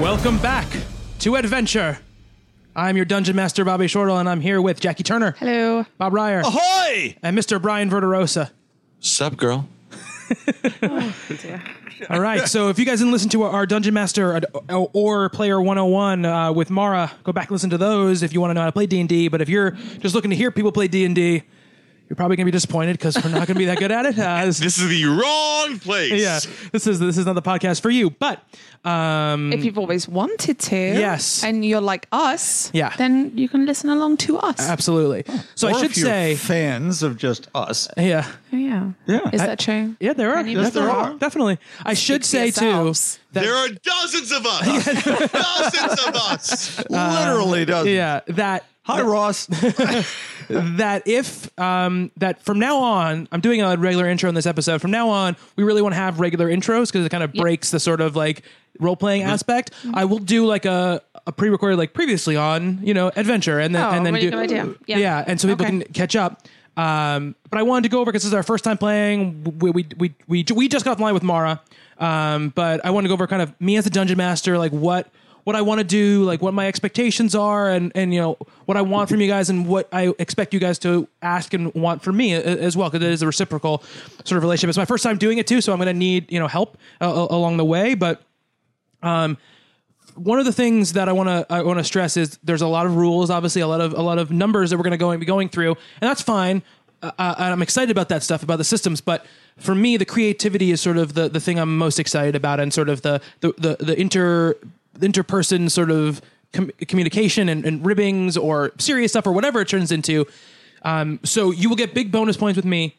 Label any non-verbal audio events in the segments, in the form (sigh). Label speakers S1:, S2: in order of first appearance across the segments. S1: Welcome back to Adventure. I'm your Dungeon Master, Bobby Shortle, and I'm here with Jackie Turner,
S2: Hello.
S1: Bob Ryer,
S3: Oh.
S4: Ahoy!
S1: and Mr. Brian Verderosa.
S4: Sup, girl?
S1: All
S3: (laughs)
S1: right, so if you guys didn't listen to our Dungeon Master or, or Player 101 uh, with Mara, go back and listen to those if you want to know how to play D&D. But if you're just looking to hear people play D&D, you're probably going to be disappointed because we're not going to be that good
S3: (laughs)
S1: at it. Uh, this-
S4: This is the wrong place.
S1: yeah, this is this is not the podcast for you. But um,
S2: If you've always wanted to,
S1: Yes.
S2: and you're like us,
S1: Yeah. Uh,
S2: then you can listen along to us.
S1: absolutely. So
S3: Or
S1: I should
S3: if you're
S1: say,
S3: fans of just us.
S1: (laughs) yeah. Uh,
S2: Oh, yeah,
S3: Yeah.
S2: Is that true?
S1: Yeah, there are.
S2: Any
S1: Yes, there
S2: people?
S1: are. Definitely. I should
S2: for
S1: say too
S2: yourselves.
S1: that
S4: There are dozens
S1: (laughs)
S4: of us. dozens of us.
S3: Literally does.
S1: Uh, yeah that
S3: Hi, Ross.
S1: that if um that from now on I'm doing a regular intro in this episode. From now on, we really want to have regular intros because it kind of breaks the sort of like role playing aspect.
S2: Mm-hmm.
S1: I will do like a a pre recorded like previously on you know adventure and then
S2: Oh,
S1: and then
S2: really
S1: do
S2: good idea.
S1: yeah.
S2: Yeah.
S1: and so people
S2: Okay.
S1: can catch up. Um, but I wanted to go over because this is our first time playing. We we we we, we just got online with Mara. Um, but I want to go over kind of me as a dungeon master, like what what I want to do, like what my expectations are, and and you know what I want from you guys, and what I expect you guys to ask and want from me a- as well, because it is a reciprocal sort of relationship. It's my first time doing it too, so I'm going to need you know help uh, a- along the way, but one of the things that I want to I want to stress is there's a lot of rules, obviously a lot of a lot of numbers that we're going to go be going through, and that's fine. Uh, uh, and I'm excited about that stuff about the systems, but for me, the creativity is sort of the the thing I'm most excited about, and sort of the the the, the inter interperson sort of com- communication and, and ribbings or serious stuff or whatever it turns into. Um, so you will get big bonus points with me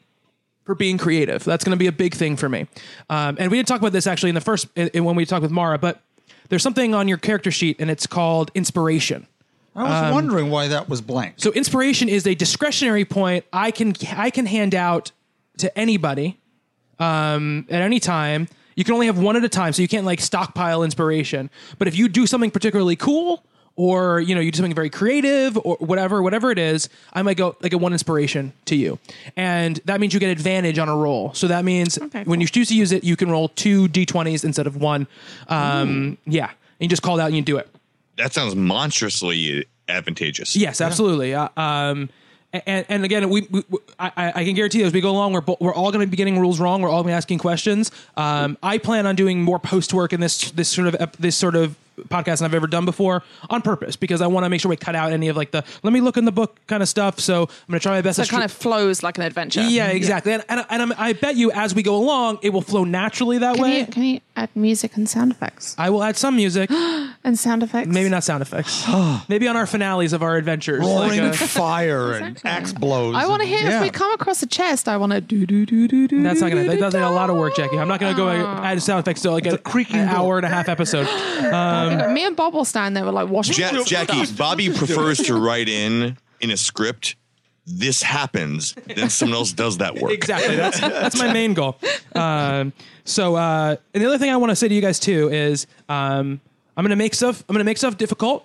S1: for being creative. That's going to be a big thing for me. Um, and we didn't talk about this actually in the first in, in- when we talked with Mara, but there's something on your character sheet, and it's called inspiration.
S3: I was wondering why that was blank.
S1: Um, So inspiration is a discretionary point I can I can hand out to anybody um, at any time. You can only have one at a time, so you can't like stockpile inspiration. But if you do something particularly cool, or you know you do something very creative, or whatever, whatever it is, I might go like a one inspiration to you, and that means you get advantage on a roll. So that means
S2: Okay,
S1: when you choose to use it, you can roll two d20s instead of one. Um, yeah, and you just call it out and you do it.
S4: That sounds monstrously advantageous.
S1: Yes, absolutely. Uh, um, a- and, and again, we, we we- I, I- I can guarantee you as we go along, we're bo- we're all going to be getting rules wrong. We're all going to be asking questions. Um, I plan on doing more post work in this this sort of ep- this sort of podcast than I've ever done before on purpose because I want to make sure we cut out any of like the let me look in the book kind of stuff. So I'm going to try my best.
S2: So
S1: to
S2: it kind
S1: stru-
S2: of flows like an adventure.
S1: yeah, exactly. And, and, and I'm, I bet you as we go along, it will flow naturally that
S2: Can
S1: way.
S2: you, can you add music and sound effects?
S1: I will add some
S2: (gasps)
S1: music,
S2: And sound effects?
S1: Uh, maybe not sound
S2: (gasps)
S1: effects. maybe on our finales of our adventures. like,
S3: Roaring
S1: uh,
S3: fire and
S2: Exactly.
S3: axe blows.
S2: I want to
S3: and-
S2: hear if
S3: Yeah.
S2: we come across a chest. I want to do do do do do.
S1: That's not gonna.
S2: do,
S1: That
S2: do,
S1: does
S2: do. Uh,
S1: a lot of work, Jackie. I'm not gonna go add sound effects to like a,
S3: creaking
S1: an
S3: door.
S1: hour and a half episode. um,
S2: Me and Bob will stand there. We're like washing.
S4: Ja- Jackie,
S1: (laughs)
S4: Bobby prefers to write in in a script. This happens, then someone else does that work.
S1: exactly. That's that's my main goal. Um, so, uh, and the other thing I want to say to you guys too is, um, I'm gonna make stuff. I'm gonna make stuff difficult.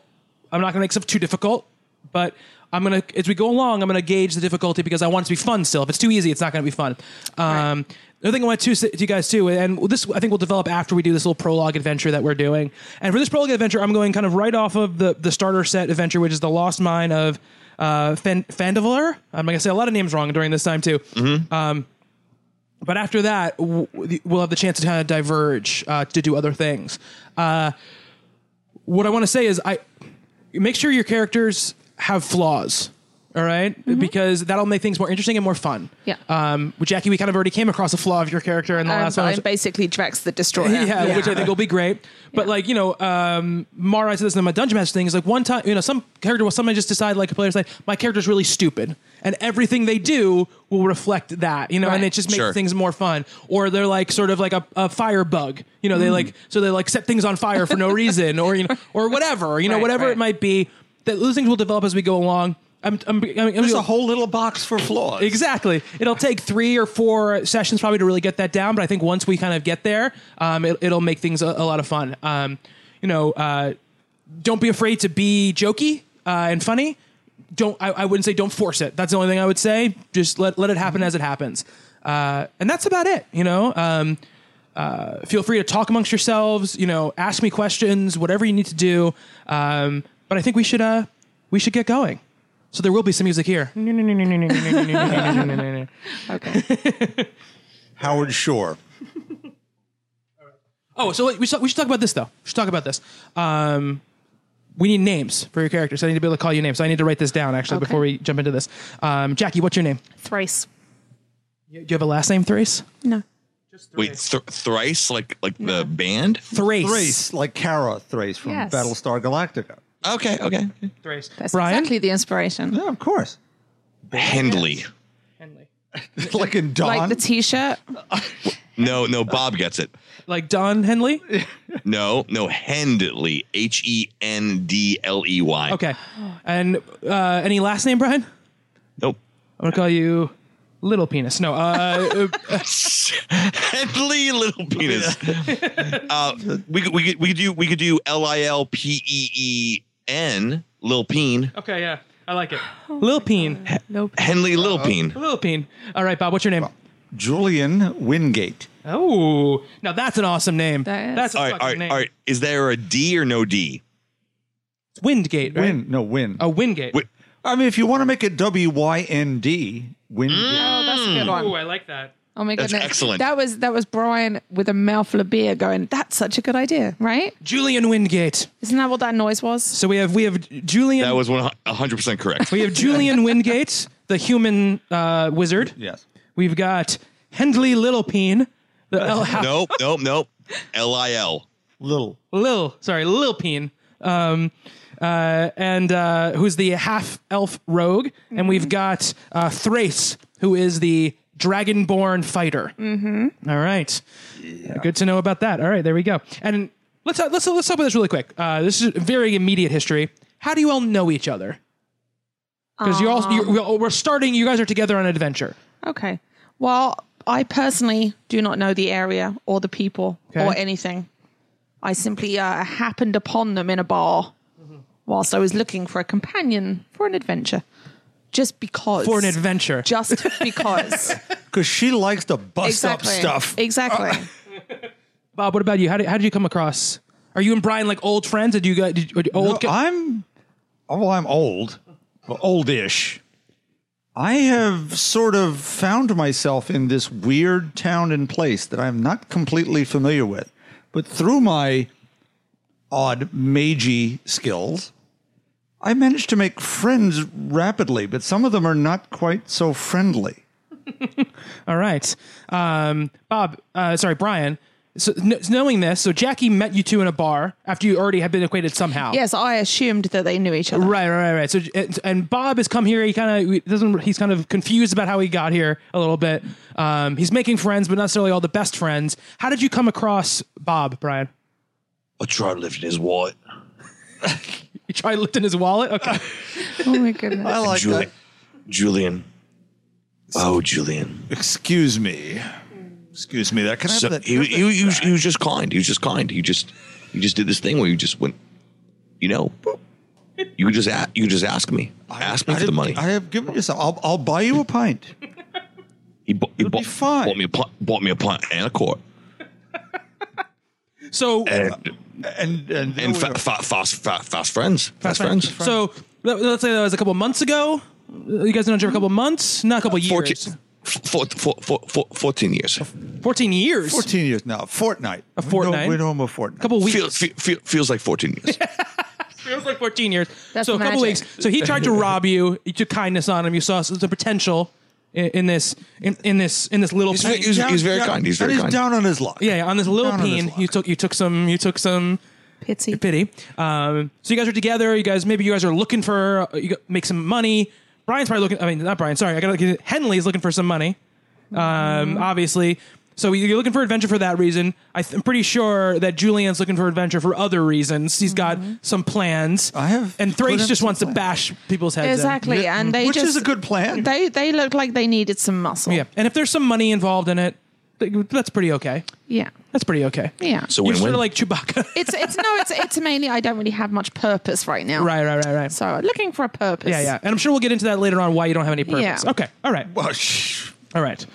S1: I'm not gonna make stuff too difficult, but I'm gonna as we go along, I'm gonna gauge the difficulty because I want it to be fun still. If it's too easy, it's not gonna be fun. Um, Another thing I want to say to you guys too, and this I think will develop after we do this little prologue adventure that we're doing. And for this prologue adventure, I'm going kind of right off of the the starter set adventure, which is the Lost Mine of uh, Fen- Fandivalar. I'm gonna say a lot of names wrong during this time too. But after that, w- the- we'll have the chance to kind of diverge uh, to do other things. Uh, what I want to say is, I make sure your characters have flaws. All right? because that'll make things more interesting and more fun.
S2: Mm-hmm. Yeah.
S1: Um, with Jackie, we kind of already came across a flaw of your character in the
S2: Um,
S1: last one.
S2: I'm basically Drex the
S1: (laughs)
S2: Destroyer.
S1: Yeah, which I think will be great. But like you know, um, Mara said this in my dungeon master thing is like one time you know some character will somebody just decide like a player's like my character's really stupid and everything they do will reflect that you know and
S2: Right.
S1: it just makes
S4: Sure.
S1: things more fun or they're like sort of like a, a fire bug you know they like so they like set things on fire for no reason or you know or whatever you know
S2: Right,
S1: whatever
S2: right.
S1: it might be that those things will develop as we go along. I'm, I'm, I'm,
S3: There's a whole little box for flaws.
S1: Exactly. It'll take three or four sessions probably to really get that down, but I think once we kind of get there, um, it, it'll make things a, a lot of fun. Um, you know, uh, don't be afraid to be jokey uh, and funny. Don't I, I wouldn't say don't force it. That's the only thing I would say. Just let let it happen as it happens, uh, and that's about it. You know. Um, uh, feel free to talk amongst yourselves. You know, ask me questions, whatever you need to do. Um, but I think we should uh, we should get going. So there will be some music here.
S2: Okay.
S3: Howard Shore.
S1: Oh, so wait, we should, we should talk about this though. We should talk about this. Um, we need names for your characters. I need to be able to call you names. So I need to write this down actually
S2: Okay.
S1: before we jump into this. Um, Jackie, what's your name?
S2: Thrice.
S1: You- Do you have a last name? Thrace.
S2: No.
S4: Wait, th- thrice like like the band?
S1: Thrace.
S3: Thrace, like Kara Thrace from
S2: Yes.
S3: Battlestar Galactica.
S4: Okay, okay.
S1: Thrace.
S2: That's
S1: Brian.
S2: exactly the inspiration.
S3: Yeah, of
S1: (laughs)
S3: course.
S4: Hendley.
S1: Henley.
S3: like in Dawn.
S2: Like the t-shirt.
S4: No, no, Bob gets it.
S1: Like Don Henley.
S4: No, no, Hendley. H E N D L E Y.
S1: Okay. And uh, any last name, Brian?
S4: Nope.
S1: I'm gonna call you Little Penis. No. Uh,
S4: Hendley Little Penis. uh, we could we could we could do we could do L I L P E E N Lil Peen.
S1: okay. Yeah. I like it. Lil Peen.
S2: Nope.
S4: Henley Little Peen.
S1: Lil Peen. All right, Bob. What's your name?
S3: Julian Wingate.
S1: Oh, now that's an awesome name.
S2: That is.
S1: That's a
S4: All right,
S1: fucking
S4: all right,
S1: name.
S4: all right. Is there a D or no D?
S1: It's Windgate, right?
S3: Win. No, Win.
S1: Oh, Wingate.
S4: Wi-
S3: I mean, if you want to make it W Y N D, Wingate.
S2: Oh, that's a good
S1: Ooh,
S2: one.
S1: I like that.
S2: Oh my
S4: That's
S2: goodness.
S4: excellent.
S2: That was that was Brian with a mouthful of beer going, that's such a good idea, right?
S1: Julian Wingate.
S2: Isn't that what that noise was?
S1: So we have we have Julian.
S4: That was one hundred percent
S1: (laughs)
S4: correct.
S1: we have
S4: (laughs)
S1: Julian Wingate, the human uh, wizard.
S3: Yes.
S1: We've got Hendley Littlepeen,
S4: (laughs)
S1: the oh, L-
S4: nope, nope, nope. L I L.
S3: Little.
S1: Lil, sorry, Lil Peen, um, uh, and uh, who's the half elf rogue, and we've got uh, Thrace, who is the dragonborn fighter. Mm-hmm. right, good to know about that. All right, there we go. And let's uh, let's let's talk about this really quick. Uh, this is very immediate history. How do you all know each other? Because you're all you're, we're- we're starting. You guys are together on an adventure.
S2: Okay. Well, I personally do not know the area or the people
S1: Okay.
S2: or anything. I simply uh, happened upon them in a bar whilst I was looking for a companion for an adventure. Just because.
S1: For an adventure.
S2: Just
S3: (laughs)
S2: because.
S3: Because she likes to bust
S2: exactly.
S3: up stuff. Uh.
S2: Exactly.
S1: Bob, what about you? How did, how did you come across? Are you and Brian like old friends? Did you guys did, you- old?
S3: No, I'm, oh, well, I'm old, but oldish. I have sort of found myself in this weird town and place that I'm not completely familiar with, but through my odd magey skills, I managed to make friends rapidly. But some of them are not quite so friendly.
S1: All right, um, Bob. Uh, sorry, Brian. So kn- knowing this, so Jackie met you two in a bar after you already had been acquainted somehow.
S2: yes, I assumed that they knew each other.
S1: Right, right, right, right. So and, and Bob has come here. He kind of doesn't. He's kind of confused about how he got here a little bit. Um, he's making friends, but not necessarily all the best friends. How did you come across Bob, Brian?
S4: I tried lifting his wallet.
S1: You tried lifting his wallet. Okay.
S2: Oh my goodness.
S3: I like
S4: Julian. Julian. Oh, Julian.
S3: Excuse me. Excuse me. That can I have
S4: So
S3: that?
S4: he, he, he, was, he was just kind. He was just kind. He just he just did this thing where you just went, you know, you could just a, you could just ask me, ask me
S3: I
S4: for the
S3: didn't-
S4: money.
S3: I have given you some. I'll, I'll buy you a pint.
S4: he bought, he bought,
S3: fine.
S4: bought me a pint, bought me a pint and a quart.
S1: So
S3: Uh,
S4: And,
S3: And and, there
S4: and
S3: we
S4: fa-
S3: are.
S4: fa- fast, fa- fast friends, fast, friends.
S1: So let- let's say that was a couple months ago. You guys known each other for a couple months, not a couple years.
S4: 14, four, four, four, four, 14 years.
S1: 14 years.
S3: 14 years now. Fortnight. A
S1: fortnight?
S3: We know him a fortnight.
S1: couple weeks.
S4: Feels, fe- fe- feels like 14
S3: (laughs)
S4: years.
S1: feels like 14 years.
S2: That's
S1: so a couple
S2: magic.
S1: weeks. So he tried to rob you. You took kindness on him. You saw some potential in, in this in, in this in this little.
S4: very-
S1: peen.
S4: he's- he's very kind, he's very
S3: and
S4: kind.
S3: He's down on his luck.
S1: yeah, yeah, on this little
S3: down on his
S1: peen,
S3: luck.
S1: you took you took some you took some
S2: Pity.
S1: pity. Um, so you guys are together. You guys maybe you guys are looking for uh, you got, make some money. Brian's probably looking. I mean, not Brian. Sorry, I got to Henley's looking for some money. Um, obviously. So you're looking for adventure for that reason. I th- I'm pretty sure that Julian's looking for adventure for other reasons. He's
S2: Mm-hmm.
S1: got some plans.
S3: I have
S1: And
S3: put
S1: Thrace
S3: in
S1: just
S3: some
S1: wants to
S3: plans.
S1: bash people's heads. in.
S2: Exactly. And they
S3: Which
S2: just
S3: is a good plan.
S2: They they looked like they needed some muscle.
S1: Yeah. And if there's some money involved in it, th- that's pretty okay.
S2: Yeah.
S1: That's pretty okay.
S2: Yeah.
S4: So
S1: You're
S4: win
S1: sort
S4: win.
S1: of like Chewbacca.
S2: it's it's no it's it's mainly I don't really have much purpose right
S1: (laughs)
S2: now.
S1: right, right, right, right.
S2: So I'm looking for a purpose.
S1: Yeah, yeah. And I'm sure we'll get into that later on why you don't have any purpose.
S2: Yeah.
S1: Okay. All right.
S3: Well, shh.
S1: All right.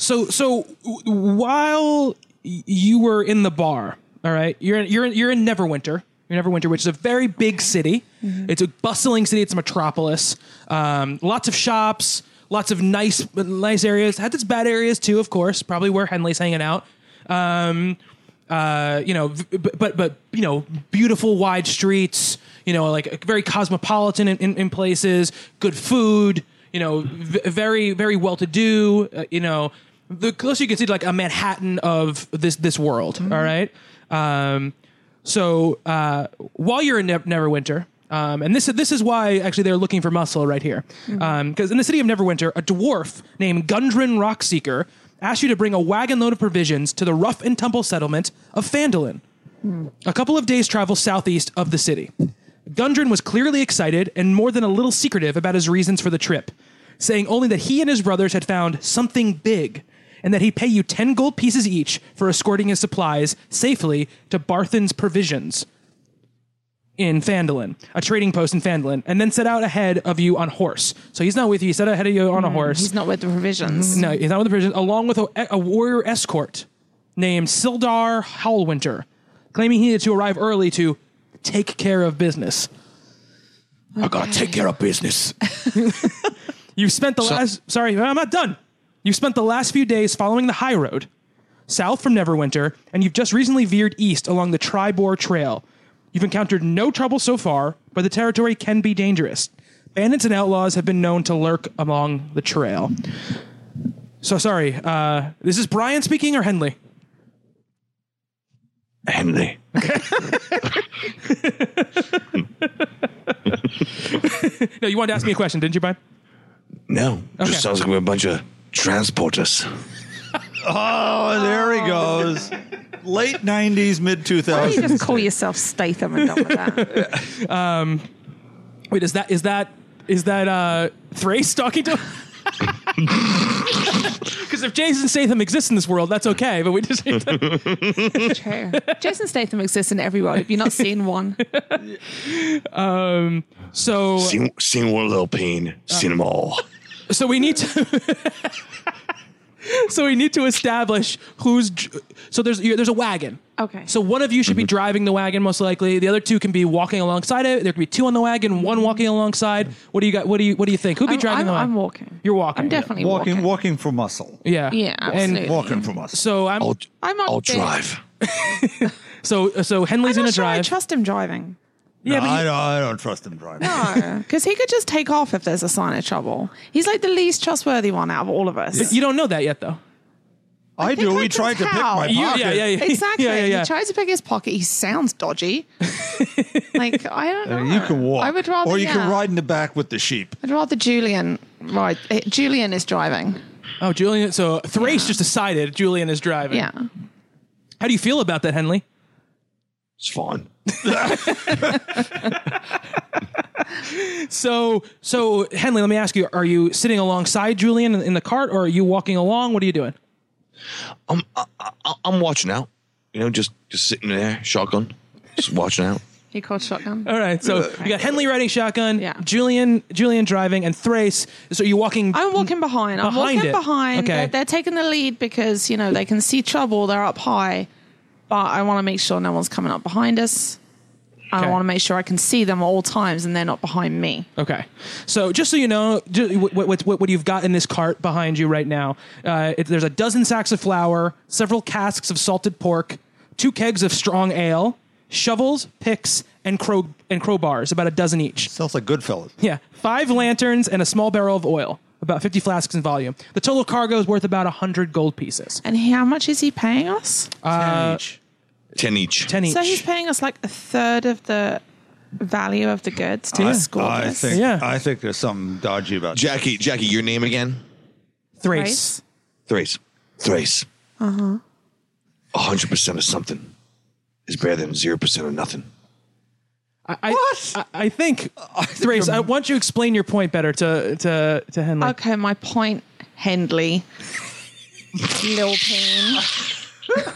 S1: So so w- while y- you were in the bar. All right, you're in, you're in, you're in Neverwinter. You're in Neverwinter, which is a very big city. It's a bustling city. It's a metropolis. Um, lots of shops, lots of nice nice areas. Had its bad areas too, of course. Probably where Henley's hanging out. Um, uh, you know, v- but but but you know, beautiful wide streets. You know, like very cosmopolitan in, in, in places. Good food. You know, v- very very well to do. Uh, you know, the closer you can see to, like a Manhattan of this this world. all right. Um, so uh, while you're in ne- Neverwinter. Um, and this this is why actually they're looking for muscle right here, because in the city of Neverwinter, a dwarf named Gundren Rockseeker asked you to bring a wagon load of provisions to the rough and tumble settlement of Fandolin, a couple of days' travel southeast of the city. Gundren was clearly excited and more than a little secretive about his reasons for the trip, saying only that he and his brothers had found something big and that he'd pay you 10 gold pieces each for escorting his supplies safely to Barthen's provisions in Fandolin, a trading post in Fandolin, and then set out ahead of you on horse. So he's not with you, he set out ahead of you on a horse.
S2: He's not with the provisions.
S1: No, he's not with the prison, along with a, a warrior escort named Sildar Howlwinter, claiming he needed to arrive early to take care of business. I gotta take care of
S3: (laughs)
S1: business. You've spent the last. Sorry, I'm not done. You've spent the last few days following the high road south from Neverwinter, and you've just recently veered east along the Tribor Trail. You've encountered no trouble so far, but the territory can be dangerous. Bandits and outlaws have been known to lurk along the trail. So sorry. Uh, is this Brian speaking or Henley?
S4: Henley.
S1: No, you wanted to ask me a question, didn't you, Brian?
S4: No,
S1: Okay.
S4: just sounds like we're a bunch of transporters.
S3: Oh, there he goes. Late 90s, mid
S2: Why don't you
S3: 2000s.
S2: just call yourself Statham and done with that?
S1: Wait, is that is that is that uh, Thrace talking to? (laughs) Because if Jason Statham exists in this world, that's okay. But we just
S2: (laughs) True. Jason Statham exists in every role. Have you not seen one?
S1: (laughs) so
S4: Seen, seen one little pain, seen them (laughs) all.
S1: so we need to. (laughs) so we need to establish who's. dr- So there's you- there's a wagon.
S2: Okay.
S1: So one of you should be driving the wagon, most likely. The other two can be walking alongside it. There could be two on the wagon, one walking alongside. What do you got? What do you What do you think? Who'd be
S2: Mm-hmm. I'm,
S1: driving
S2: I'm,
S1: the wagon?
S2: I'm walking.
S1: You're walking.
S2: I'm definitely walking.
S3: Walking, walking for muscle.
S1: Yeah.
S2: Yeah, absolutely.
S1: And
S3: Walking for muscle.
S1: so I'm.
S4: I'll,
S2: I'm on
S4: I'll
S2: big.
S4: drive.
S1: So so Henley's
S2: I'm
S1: gonna
S2: not sure I
S1: drive.
S2: trust him driving.
S1: yeah,
S3: No,
S1: but
S3: I,
S1: you-
S3: don't, I don't trust him driving.
S2: (laughs) No, because he could just take off if there's a sign of trouble. He's like the least trustworthy one out of all of us.
S1: you don't know that yet, though.
S3: I,
S2: think
S3: do.
S2: I
S3: We
S2: can
S3: tried to pick
S2: tell.
S3: my pocket.
S1: You- yeah, yeah, (laughs) yeah.
S2: Exactly.
S1: yeah, yeah, yeah.
S2: He tries to pick his pocket. He sounds dodgy.
S1: (laughs)
S2: like I don't know.
S3: Uh, You can walk.
S2: I would rather.
S3: Or you
S2: yeah.
S3: can ride in the back with the sheep.
S2: I'd rather Julian ride. eh, Julian is driving.
S1: Oh, Julian. So Thrace just decided Julian is driving.
S2: Yeah.
S1: How do you feel about that, Henley?
S4: It's fine.
S1: So so Henley, let me ask you: Are you sitting alongside Julian in, in the cart, or are you walking along? What are you doing?
S4: I'm I, I, I'm watching out. You know, just just sitting there, shotgun, (laughs) just watching out.
S2: He called shotgun.
S1: All right. So you got Henley riding shotgun.
S2: Uh, Yeah.
S1: Julian Julian driving, and Thrace. So you're walking.
S2: I'm walking behind. I'm
S1: Behind
S2: walking
S1: it.
S2: behind.
S1: Okay.
S2: They're, they're taking the lead because you know they can see trouble. They're up high, but I want to make sure no one's coming up behind us. And
S1: Okay.
S2: I want to make sure I can see them at all times and they're not behind me.
S1: Okay. So just so you know, ju- what, what, what, what you've got in this cart behind you right now, uh, it, there's a dozen sacks of flour, several casks of salted pork, two kegs of strong ale, shovels, picks, and crow and crowbars, about a dozen each.
S3: Sounds like Goodfellas.
S1: Yeah, five lanterns and a small barrel of oil, about 50 flasks in volume. The total cargo is worth about 100 gold pieces.
S2: And how much is he paying us?
S4: Ten each.
S1: 10 each.
S2: So he's paying us like a third of the value of the goods to
S3: I,
S2: escort
S3: I
S2: us.
S3: think,
S1: Yeah.
S3: I think there's something dodgy about that.
S4: Jackie, Jackie, your name again?
S1: Thrace.
S2: Right?
S4: Thrace. Thrace. Uh huh. hundred percent of something is better than zero percent of nothing.
S1: I, what? I, I
S2: (laughs)
S1: think, Thrace, I want you to explain your point better to, to, to Henley.
S2: Okay, my point, Hendley. Lil Peen.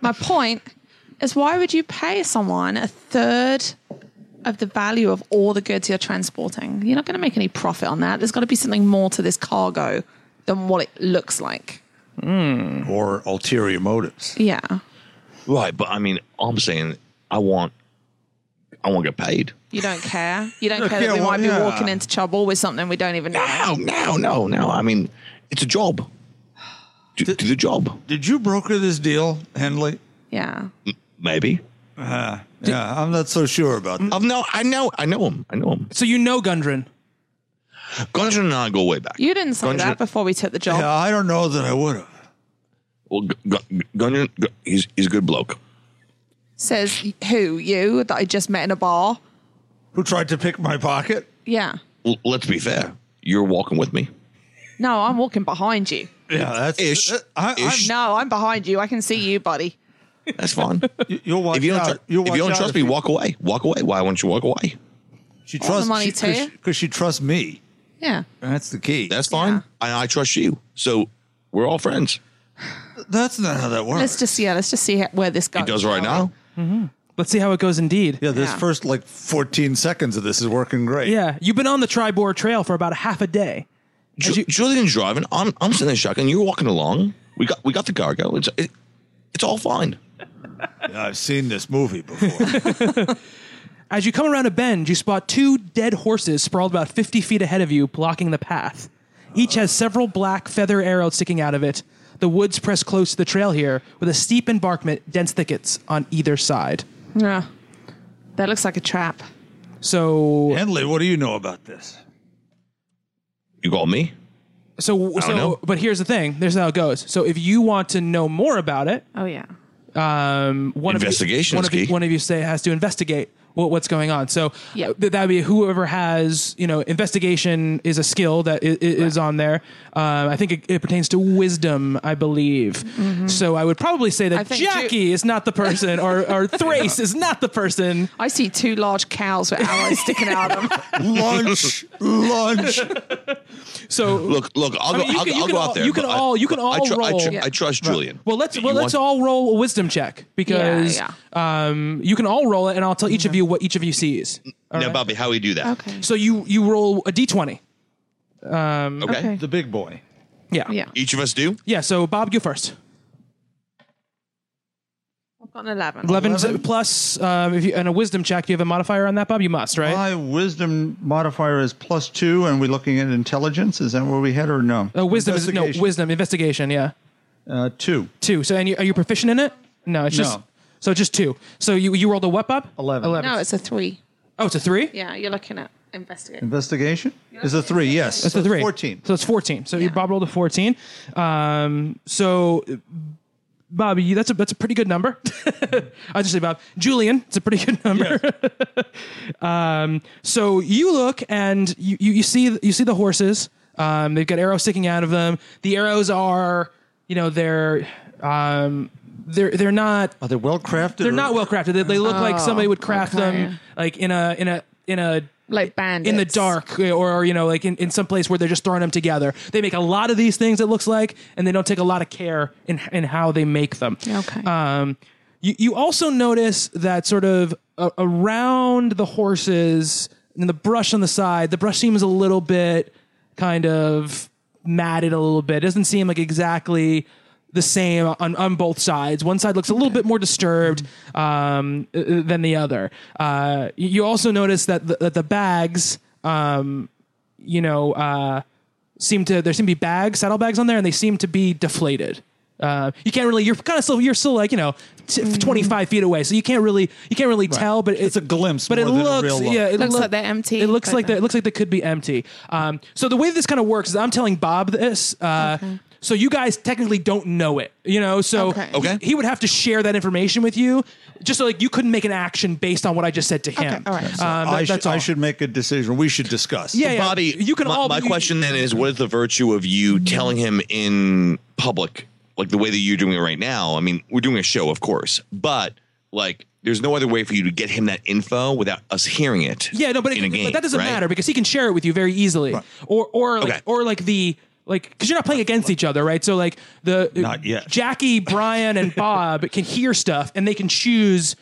S2: my point is why would you pay someone a third of the value of all the goods you're transporting? You're not going to make any profit on that. There's got to be something more to this cargo than what it looks like.
S3: or ulterior motives.
S2: Yeah.
S4: Right, but I mean, all I'm saying, I want, I want to get paid.
S2: You don't care. You don't care
S3: yeah,
S2: that we
S3: well,
S2: might
S3: yeah.
S2: be walking into trouble with something we don't even know.
S4: No, no, no, no. I mean, it's a job. Do, do the job,
S3: Did you broker this deal, Henley?
S2: Yeah.
S4: maybe.
S3: Uh, Yeah, I'm not so sure about that.
S4: I've no, I know, I know him. I know him.
S1: So you know Gundren.
S4: Gundren and I go way back.
S2: You didn't say
S4: Gundren-
S2: that before we took the job.
S3: Yeah, I don't know that I would have.
S4: Well, G- G- Gundren, G- he's he's a good bloke.
S2: Says who? You that I just met in a bar.
S3: Who tried to pick my pocket?
S2: Yeah.
S4: L- let's be fair. You're walking with me.
S2: No, I'm walking behind you.
S3: Yeah, that's
S4: Ish.
S3: I,
S4: Ish.
S2: No, I'm behind you. I can see you, buddy.
S4: That's
S1: (laughs)
S4: fine.
S3: I'm, you'll watch
S4: if you don't,
S3: out.
S4: tr- if you don't trust me, walk away. Walk away. Why won't you walk away?
S3: She
S2: the
S3: trusts
S2: money
S3: she,
S2: to
S3: cause,
S2: you.
S3: she- 'cause she trusts me.
S2: Yeah.
S3: That's the key.
S4: That's fine. And I trust you. So we're all friends.
S3: that's not how that works.
S2: Let's just yeah. Let's just see how- where this goes.
S4: He does right now.
S1: Let's see how it goes indeed.
S3: yeah, this
S2: Yeah.
S3: first like 14 seconds of this is working great.
S1: Yeah, You've been on the Tribor Trail for about a half a day.
S4: Ju- Julian's driving. I'm I'm sitting in shotgun. You're walking along. We got we got the cargo. It's it, it's all fine.
S3: I've seen this movie before.
S1: As you come around a bend, you spot two dead horses sprawled about 50 feet ahead of you, blocking the path. Each has several black feather arrows sticking out of it. The woods press close to the trail here, with a steep embankment, dense thickets on either side.
S2: Yeah. That looks like a trap.
S1: So,
S3: Henley, what do you know about this?
S4: You call me.
S1: so, so
S4: know.
S1: but here's the thing. There's how it goes. So, if you want to know more about it,
S2: Oh yeah.
S1: um, one
S4: Investigation
S1: Of you, one,
S4: is
S1: of
S4: key.
S1: you, one of you say has to investigate what, what's going on. So
S2: Yeah.
S1: uh, th- that would be whoever has you know investigation is a skill that is, is on there. Uh, I think it, it pertains to wisdom, I believe. So I would probably say
S2: Mm-hmm. I
S1: that
S2: think Ju-
S1: Jackie is not the person, or
S2: (laughs)
S1: or Thrace is not the person.
S2: I see two large cows with arrows sticking out of them.
S3: (laughs) Lunch, lunch.
S1: So
S4: Look, look. I'll
S1: I
S4: go.
S1: mean, you
S4: I'll,
S1: can- you
S4: I'll
S1: can
S4: go
S1: all-
S4: out there.
S1: you can
S4: but
S1: all- you
S4: but
S1: can all
S4: I, tru- I, tru-
S1: roll.
S4: I trust Julian.
S1: Well, let's
S4: You
S1: well,
S4: want-
S1: let's all roll a wisdom check because
S2: (laughs) Yeah, Mm-hmm.
S1: Um, you can all roll it, and I'll tell each of you what each of you sees.
S4: Now, Bobby, how we do that?
S2: Okay.
S1: So you you roll a d twenty.
S4: Okay.
S2: Okay.
S3: The big boy.
S1: Yeah.
S2: Yeah.
S4: Each of us do.
S1: Yeah. So Bob, you first.
S2: I've got an eleven.
S1: 11, plus um, if you, and a wisdom check. Do you have a modifier on that, Bob? You must, right?
S3: My wisdom modifier is plus two, and we're looking at intelligence. Is that where we head or no?
S1: Uh, wisdom is no
S3: Investigation.
S1: wisdom investigation. Yeah,
S3: Uh, two.
S1: two. So and you, are you proficient in it? No, it's just
S3: No.
S1: so just two. So you you rolled a what, Bob?
S3: 11.
S1: Eleven.
S2: No, it's a three.
S1: Oh, it's a three.
S2: Yeah, you're looking at investigate.
S3: Investigation is a three. Yes,
S1: It's a three.
S3: Fourteen.
S1: So it's fourteen. So you
S2: Yeah.
S1: Bob rolled a fourteen. Um, so uh, Bob, you, that's a that's a pretty good number. (laughs) I just say Bob, Julian, it's a pretty good number. (laughs) um, so you look and you, you you see you see the horses. Um, they've got arrows sticking out of them. The arrows are, you know, they're um, they're they're not
S3: Are they well crafted?
S1: they're not well crafted. They, they look like somebody would craft
S2: Oh, okay.
S1: them like in a in a in a
S2: Like bandits.
S1: in the dark eh, or you know like in, in some place where they're just throwing them together they make a lot of these things it looks like and they don't take a lot of care in, in how they make them
S2: Okay.
S1: um, you, you also notice that sort of uh, around the horses and the brush on the side the brush seems a little bit kind of matted a little bit it doesn't seem like exactly the same on, on both sides. One side looks a little bit more disturbed um, uh, than the other. Uh, you- you also notice that the, that the bags um, you know, uh, seem to there seem to be bags, saddlebags on there, and they seem to be deflated. Uh, you can't really. You're kind of still. You're still like you know, t- 25 feet away, so you can't really. You can't really tell. But it-
S3: It's a glimpse
S1: But it
S3: more than a
S1: looks.
S3: real look.
S1: yeah, it
S2: Looks
S1: look-
S2: like they're empty,
S1: It looks
S2: don't
S1: like
S2: they?
S1: that. It looks like they could be empty. Um, so the way this kind of works is I'm telling Bob this. Uh, So you guys technically don't know it. You know. So
S2: Okay.
S4: Okay.
S1: he would have to share that information with you, just so like you couldn't make an action based on what I just said to him.
S2: all right. So
S1: Um, that-
S3: I, sh-
S1: that's all.
S3: I should make a decision. We should discuss.
S1: Yeah, yeah.
S4: Bobby,
S1: You can
S4: my,
S1: all.
S4: My
S1: you-
S4: question then is, what is the virtue of you telling him in public, like the way that you're doing it right now? I mean, we're doing a show, of course, but like, there's no other way for you to get him that info without us hearing it.
S1: Yeah, no, but,
S4: in
S1: it,
S4: a game,
S1: but that doesn't
S4: right?
S1: matter because he can share it with you very easily, or or like,
S4: Okay.
S1: or like the like because you're not playing against each other, right? So like the uh,
S3: Not yet.
S1: Jackie, Brian, and
S4: (laughs)
S1: Bob can hear stuff and they can choose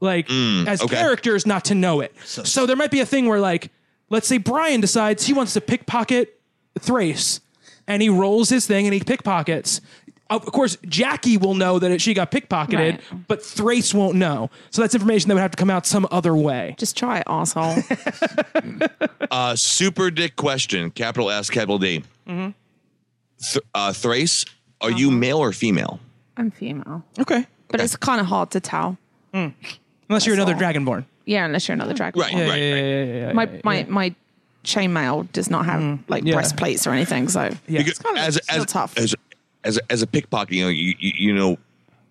S1: like as
S4: Mm, okay.
S1: characters not to know it. So, there might be a thing where like let's say Brian decides he wants to pickpocket Thrace, and he rolls his thing and he pickpockets. of course, Jackie will know that it, she got pickpocketed,
S2: Right.
S1: but Thrace won't know. So that's information that would have to come out some other way.
S2: Just try it, (laughs) asshole.
S4: Uh, super dick question. Capital S, capital D.
S1: Mm-hmm.
S4: Th- uh, Thrace, are
S1: Uh-huh.
S4: you male or female?
S2: I'm female,
S1: Okay.
S2: but it's kind of hard to tell.
S1: Unless you're
S2: That's
S1: another
S2: all.
S1: Dragonborn.
S2: Yeah, unless you're another dragon.
S4: Right,
S1: Yeah,
S4: right,
S1: yeah,
S4: right.
S1: yeah, yeah, yeah,
S2: My
S1: yeah.
S2: my my chainmail does not have
S4: Mm.
S2: like
S1: yeah.
S2: breastplates or anything, so
S1: Yeah.
S4: Because
S2: kinda-
S4: as,
S2: it's
S4: as,
S2: still tough.
S4: as as as a pickpocket, you know, you, you, you know,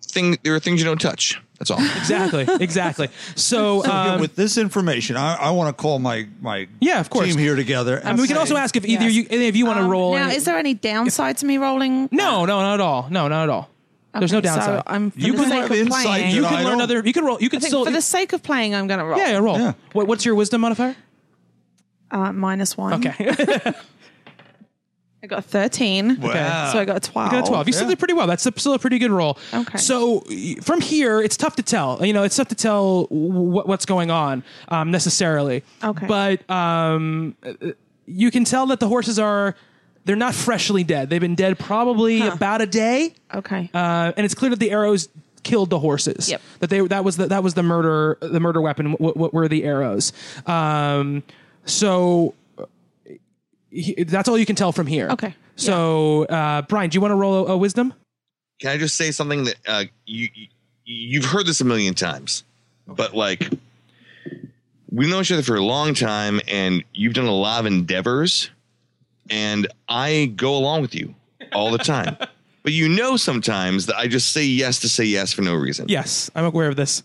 S4: thing there are things you don't touch.
S2: (laughs)
S4: That's all.
S1: exactly, exactly. So, um,
S3: with this information, I, I want to call my my
S1: Yeah, of course.
S3: team here together. And
S1: and we can
S3: say-
S1: also ask if either
S2: Yes.
S1: you, any of you want to
S2: Um,
S1: roll.
S2: Now,
S1: any-
S2: is there any downside to me rolling?
S1: no, no, not at all. No, not at all. There's no
S2: Okay, so
S1: downside.
S2: I'm for
S1: you
S2: the
S1: can
S2: sake
S1: learn-
S3: have
S2: of
S3: insight
S2: playing.
S1: you
S3: that I
S1: can learn
S3: don't-
S1: other. You can roll. You can
S2: I think
S1: still.
S2: for the sake of playing, I'm going to roll.
S1: yeah, yeah, roll.
S3: Yeah.
S1: What, what's your wisdom modifier?
S2: Uh, minus one.
S1: (laughs) Okay.
S2: I got a 13.
S3: Wow.
S2: So I got a 12.
S1: You got a 12. You still
S3: yeah.
S1: did pretty well. That's still a pretty good roll.
S2: Okay.
S1: So y- from here, it's tough to tell. You know, it's tough to tell wh- what's going on um, necessarily.
S2: Okay.
S1: But um, uh, you can tell that the horses are, they're not freshly dead. They've been dead probably about a day.
S2: Okay.
S1: Uh, and it's clear that the arrows killed the horses.
S2: Yep.
S1: That they that was the, that was the murder the murder weapon. What, what were the arrows? Um, so uh, he- that's all you can tell from here.
S2: Okay.
S1: So uh, Brian, do you want to roll a, a wisdom?
S4: Can I just say something that uh, you, you you've heard this a million times, but like we've known each other for a long time, and you've done a lot of endeavors, and I go along with you all
S2: (laughs)
S4: the time. but you know, sometimes that I just say yes to say yes for no reason.
S1: Yes, I'm aware of this.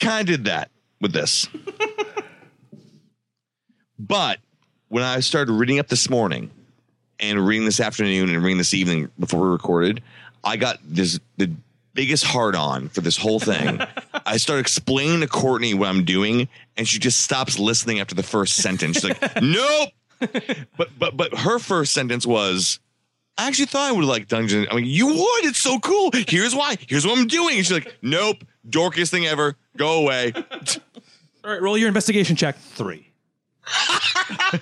S4: kind of did that with this. but when I started reading up this morning and reading this afternoon and reading this evening before we recorded, I got this the biggest hard on for this whole thing. I start explaining to Courtney what I'm doing, and she just stops listening after the first sentence. She's like, "Nope." But but but her first sentence was, "I actually thought I would like Dungeon. I mean, you would. It's so cool. Here's why. Here's what I'm doing." And she's like, "Nope. Dorkiest thing ever. Go away."
S1: All right, roll your investigation check.
S3: three.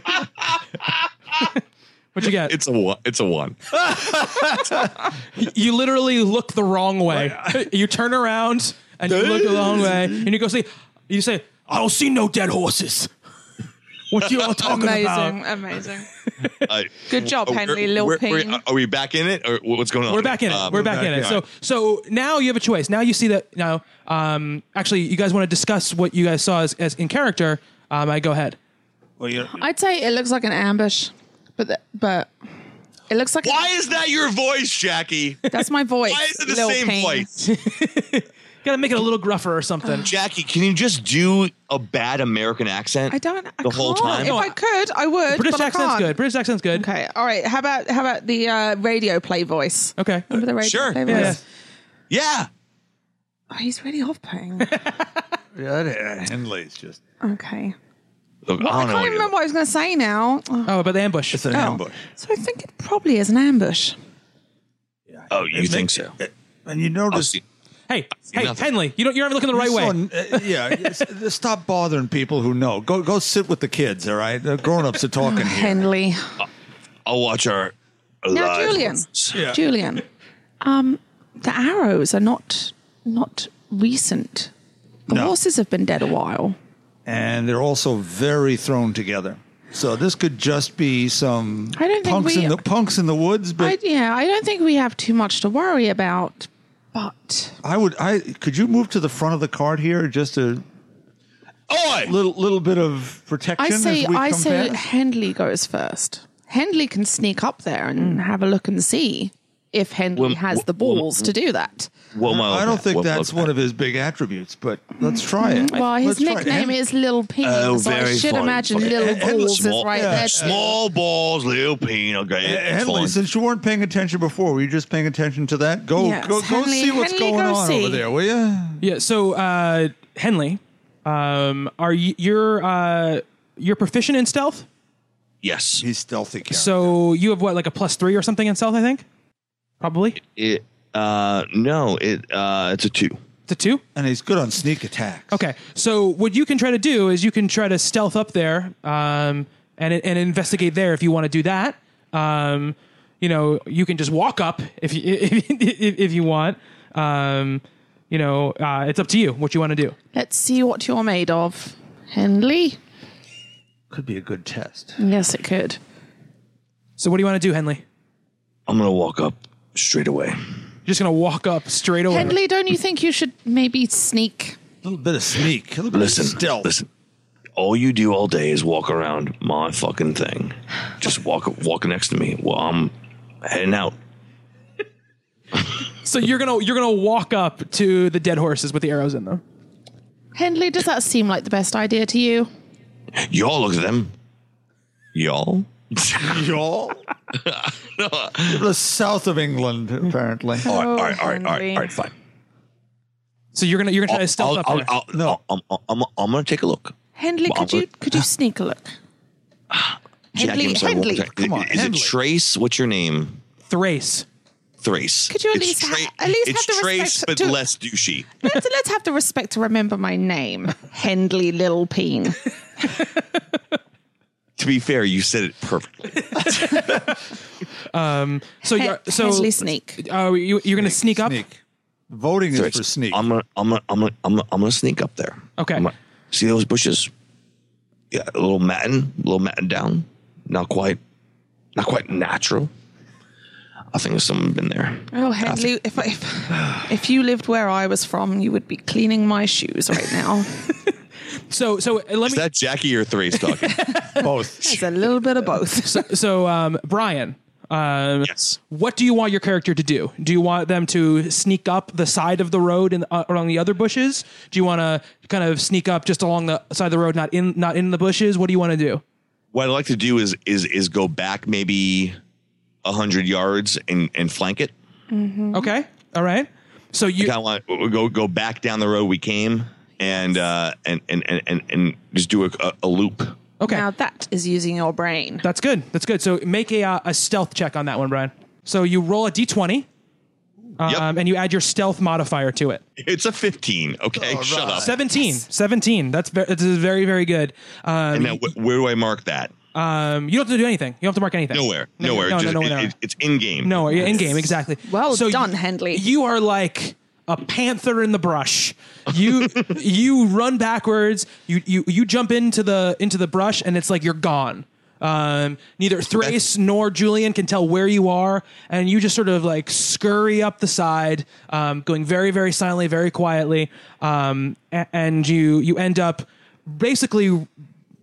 S1: (laughs) What you get?
S4: It's a one. It's a one.
S1: you literally look the wrong way. (laughs) you turn around and you look the wrong way, and you go say, you say, "I don't see no dead horses." (laughs) What you all talking about?
S2: amazing. Amazing.
S4: Uh,
S2: Good job,
S4: oh,
S2: Henry.
S4: we're-
S2: Lil
S4: we're-
S2: Peen.
S4: we're- Are we back in it, or what's going on?
S1: We're back in it.
S4: Um,
S1: We're back in it.
S3: Uh, back
S1: So
S3: in.
S1: so now you have a choice. Now you see that now um actually you guys want to discuss what you guys saw as, as in character. Um I go ahead.
S3: Well, you
S2: (laughs) I'd say it looks like an ambush, but the, but it looks like
S4: Why is that your voice, Jackie?
S2: that's my voice.
S4: Why is it the
S2: Lil
S4: same
S2: Peen.
S4: voice?
S1: Got to make it a little gruffer or
S2: (gasps)
S1: something.
S4: Jackie, can you just do a bad American accent?
S2: I don't. I
S4: The whole
S2: can't.
S4: time?
S2: If
S4: No,
S1: I-
S2: I could, I would.
S1: British
S2: but I
S1: accent's
S2: can't.
S1: good. British accent's good. Okay.
S2: Okay. All right. How about how about the uh, radio play voice? Remember the radio
S4: Sure.
S2: play voice?
S1: Yeah.
S4: Yeah.
S2: Oh, he's really off
S3: (laughs)
S2: putting.
S3: yeah, Henley's just
S2: okay.
S4: Look,
S2: I,
S4: don't know
S2: can't
S4: what
S2: even
S4: you-
S2: remember what I was going to say now. Oh,
S1: Oh, about the ambush.
S3: it's an ambush.
S2: So I think it probably is an ambush.
S4: Oh, you
S3: It
S4: think
S3: makes-
S4: so?
S3: it- uh, and you
S4: I'll
S3: notice.
S4: see.
S1: Hey, hey,
S4: nothing.
S1: Henley, you don't you're not looking the right way.
S3: Son, uh, yeah, (laughs) s- stop bothering people who know. Go go sit with the kids. All right, the grown ups are
S1: (laughs)
S3: talking here.
S2: Henley.
S4: I'll watch our.
S2: Now,
S4: live
S2: Julian.
S4: ones.
S3: Yeah.
S2: Julian. Um, the arrows are not not recent. The
S3: No.
S2: horses have been dead a while.
S3: and they're also very thrown together. So this could just be some
S2: I don't think
S3: punks
S2: we-
S3: in the punks in the woods.
S2: I,
S3: But
S2: yeah, I don't think we have too much to worry about. But
S3: I, would. I could you move to the front of the card here just a
S4: Oi!
S3: little little bit of protection.
S2: I say
S3: as we
S2: I
S3: come
S2: say
S3: past?
S2: Henley goes first. Henley can sneak up there
S3: Mm.
S2: and have a look and see if Henley
S4: Well,
S2: has
S4: well,
S2: the balls to do that.
S4: Well, my
S3: I don't
S4: okay.
S3: think
S4: Well,
S3: that's
S4: okay.
S3: one of his big attributes, but let's try it.
S2: Well, his
S3: Let's try it.
S2: nickname
S3: Hen-
S2: is Little Peen,
S4: Oh,
S2: so I
S4: very
S2: should
S4: funny.
S2: imagine
S4: Okay.
S2: Little
S4: And- and
S2: Balls
S4: small-
S2: is right
S4: yeah,
S2: there. too.
S4: Small balls, little peen. Okay, it's
S3: Henley,
S4: fine.
S3: since you weren't paying attention before, were you just paying attention to that? Go,
S2: Yes,
S3: go, go
S2: Henley-
S3: see what's
S2: Henley,
S3: going
S2: go
S3: on
S2: see.
S3: over there, will you?
S1: Yeah, so uh Henley, um are you you're uh you're proficient in stealth?
S4: yes,
S3: He's stealthy. Karen.
S1: So you have what like a plus 3 or something in stealth, I think? Probably.
S4: it. Uh, no, it. Uh, it's a two.
S1: It's a 2.
S3: and he's good on sneak attacks.
S1: Okay. So what you can try to do is you can try to stealth up there um, and and investigate there if you want to do that. Um, you know, you can just walk up if you, (laughs) if, if, if you want. Um, you know, uh, it's up to you what you want to do.
S2: Let's see what you're made of, Henley.
S3: Could be a good test.
S2: Yes, it could.
S1: So, what do you want to do, Henley?
S4: I'm gonna walk up straight away.
S1: You're just gonna walk up straight away.
S2: Henley, don't you think you should maybe sneak?
S3: A little bit of sneak. A little bit
S4: Listen,
S3: of stealth.
S4: listen. All you do all day is walk around my fucking thing. Just walk walk next to me while I'm heading out.
S1: So you're gonna you're gonna walk up to the dead horses with the arrows in them.
S2: Henley, does that seem like the best idea to you?
S4: Y'all look at them. Y'all.
S3: (laughs) Y'all? the south of England, apparently.
S2: (laughs)
S4: All right, all right, all right, all right,
S2: Henry.
S4: all right, fine.
S1: So you're gonna you're gonna try to stealth
S4: I'll,
S1: up
S4: I'll,
S1: there.
S4: I'll, no, I'm, I'm, I'm, I'm gonna take a look.
S2: Henley,
S4: Well,
S2: could you could you sneak a look?
S4: Jackie,
S2: Henley,
S4: I'm sorry, one more
S2: Henley,
S4: time.
S3: come on,
S4: Is
S3: Henley.
S4: it Trace? What's your name?
S1: Thrace.
S4: Thrace.
S2: Could you at
S4: It's
S2: least ha- at least
S4: it's
S2: have the
S4: Trace,
S2: respect
S4: but
S2: to-
S4: less douchey.
S2: let's, let's have the respect to remember my name, Henley Little Peen.
S4: To be fair, you said
S2: (laughs)
S4: it perfectly.
S1: So
S2: Hen-
S1: you're so
S2: Henley Sneak.
S1: uh, you, you're gonna sneak, up.
S3: Sneak. Voting is for sneak.
S4: I'm gonna, I'm gonna, I'm gonna, I'm gonna, I'm gonna sneak up there.
S1: Okay.
S4: I'm gonna- see those bushes? Yeah, a little matting, a little matting down. Not quite, not quite natural. I think there's someone been there.
S2: Oh, Henley, if, I- if if you lived where I was from, you would be cleaning my shoes right now.
S1: So so uh, let
S4: Is
S1: me
S4: that Jackie or
S2: (laughs)
S4: Thrace talking?
S3: both.
S2: It's a little bit of both.
S1: so, so um Brian. Um,
S4: yes.
S1: What do you want your character to do? Do you want them to sneak up the side of the road and uh, along the other bushes? Do you want to kind of sneak up just along the side of the road, not in not in the bushes? What do you want to do?
S4: What I'd like to do is is is go back maybe a hundred yards and and flank it.
S1: Okay, all right. So you
S4: kind of want to go go back down the road we came and uh and and and and, and just do a, a, a loop.
S1: okay?
S2: Now that is using your brain.
S1: That's good. That's good. So make a, uh, a stealth check on that one, Brian. So you roll a d20 um,
S4: Yep.
S1: and you add your stealth modifier to it.
S4: (laughs) It's a fifteen. Okay,
S3: All
S4: shut
S3: right.
S4: up.
S1: 17. 17. That's, ve- that's very, very good. Um,
S4: And now, wh- where do I mark that?
S1: um, you don't have to do anything. You don't have to mark anything.
S4: Nowhere,
S1: No,
S4: nowhere.
S1: No,
S4: Just-
S1: no, no,
S4: it-
S1: no.
S4: it- it's in game.
S1: No, yeah, in game, exactly.
S2: Well
S1: So
S2: done,
S1: you-
S2: Henley.
S1: You are like a panther in the brush. You (laughs) you run backwards. You you you jump into the into the brush, and it's like you're gone. Um, neither Thrace nor Julian can tell where you are, and you just sort of like scurry up the side, um, going very very silently, very quietly, um, a- and you you end up basically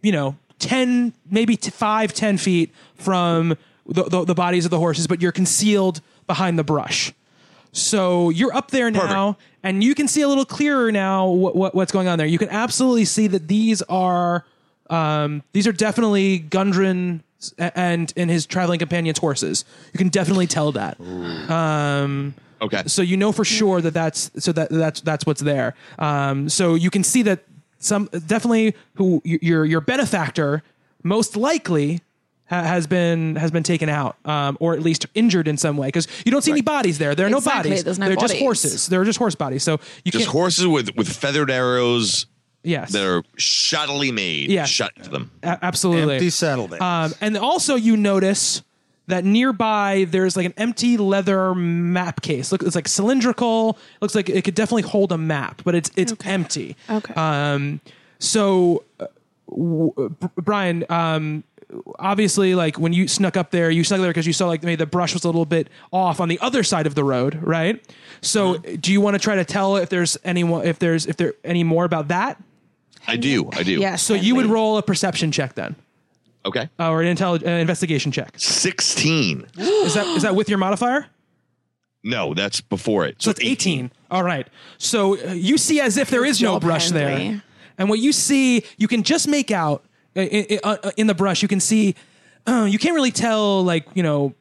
S1: you know 10 maybe t- 5 10 feet from the, the, the bodies of the horses but you're concealed behind the brush so you're up there now and you can see a little clearer now what, what what's going on there you can absolutely see that these are um, these are definitely Gundren and and his traveling companions horses you can definitely tell that
S4: Okay.
S1: so you know for sure that that's so that that's that's what's there. Um, so you can see that some definitely who y- your your benefactor most likely ha- has been has been taken out um, or at least injured in some way because you don't see any bodies there. There are
S2: Exactly,
S1: no bodies.
S2: there's no
S1: They're just
S2: bodies.
S1: horses. They're just horse bodies. So you
S4: just
S1: can't.
S4: horses with with feathered arrows
S1: yes.
S4: that are shoddily made.
S1: Yeah.
S4: shut to them.
S1: A- absolutely.
S3: Empty saddlebags.
S1: Um, and also, you notice that nearby there's like an empty leather map case. Look, it's like cylindrical. Looks like it could definitely hold a map, but it's it's empty.
S2: Okay.
S1: Um, so, uh, w- uh, B- Brian, um, obviously, like when you snuck up there, you snuck there because you saw like maybe the brush was a little bit off on the other side of the road, right? So, do you want to try to tell if there's anyone, if there's if there any more about that?
S4: I do. I do.
S2: yes.
S1: So you would
S2: Henley.
S1: roll a perception check then,
S4: Okay.
S1: uh, or an intelli- uh, investigation check.
S4: Sixteen.
S1: Is that is that with your modifier?
S4: No, that's before it.
S1: So it's 18. All right. So uh, you see as if there is no
S2: job,
S1: brush there.
S2: Henry.
S1: And what you see, you can just make out uh, in, uh, uh, in the brush, you can see, uh, you can't really tell, like, you know,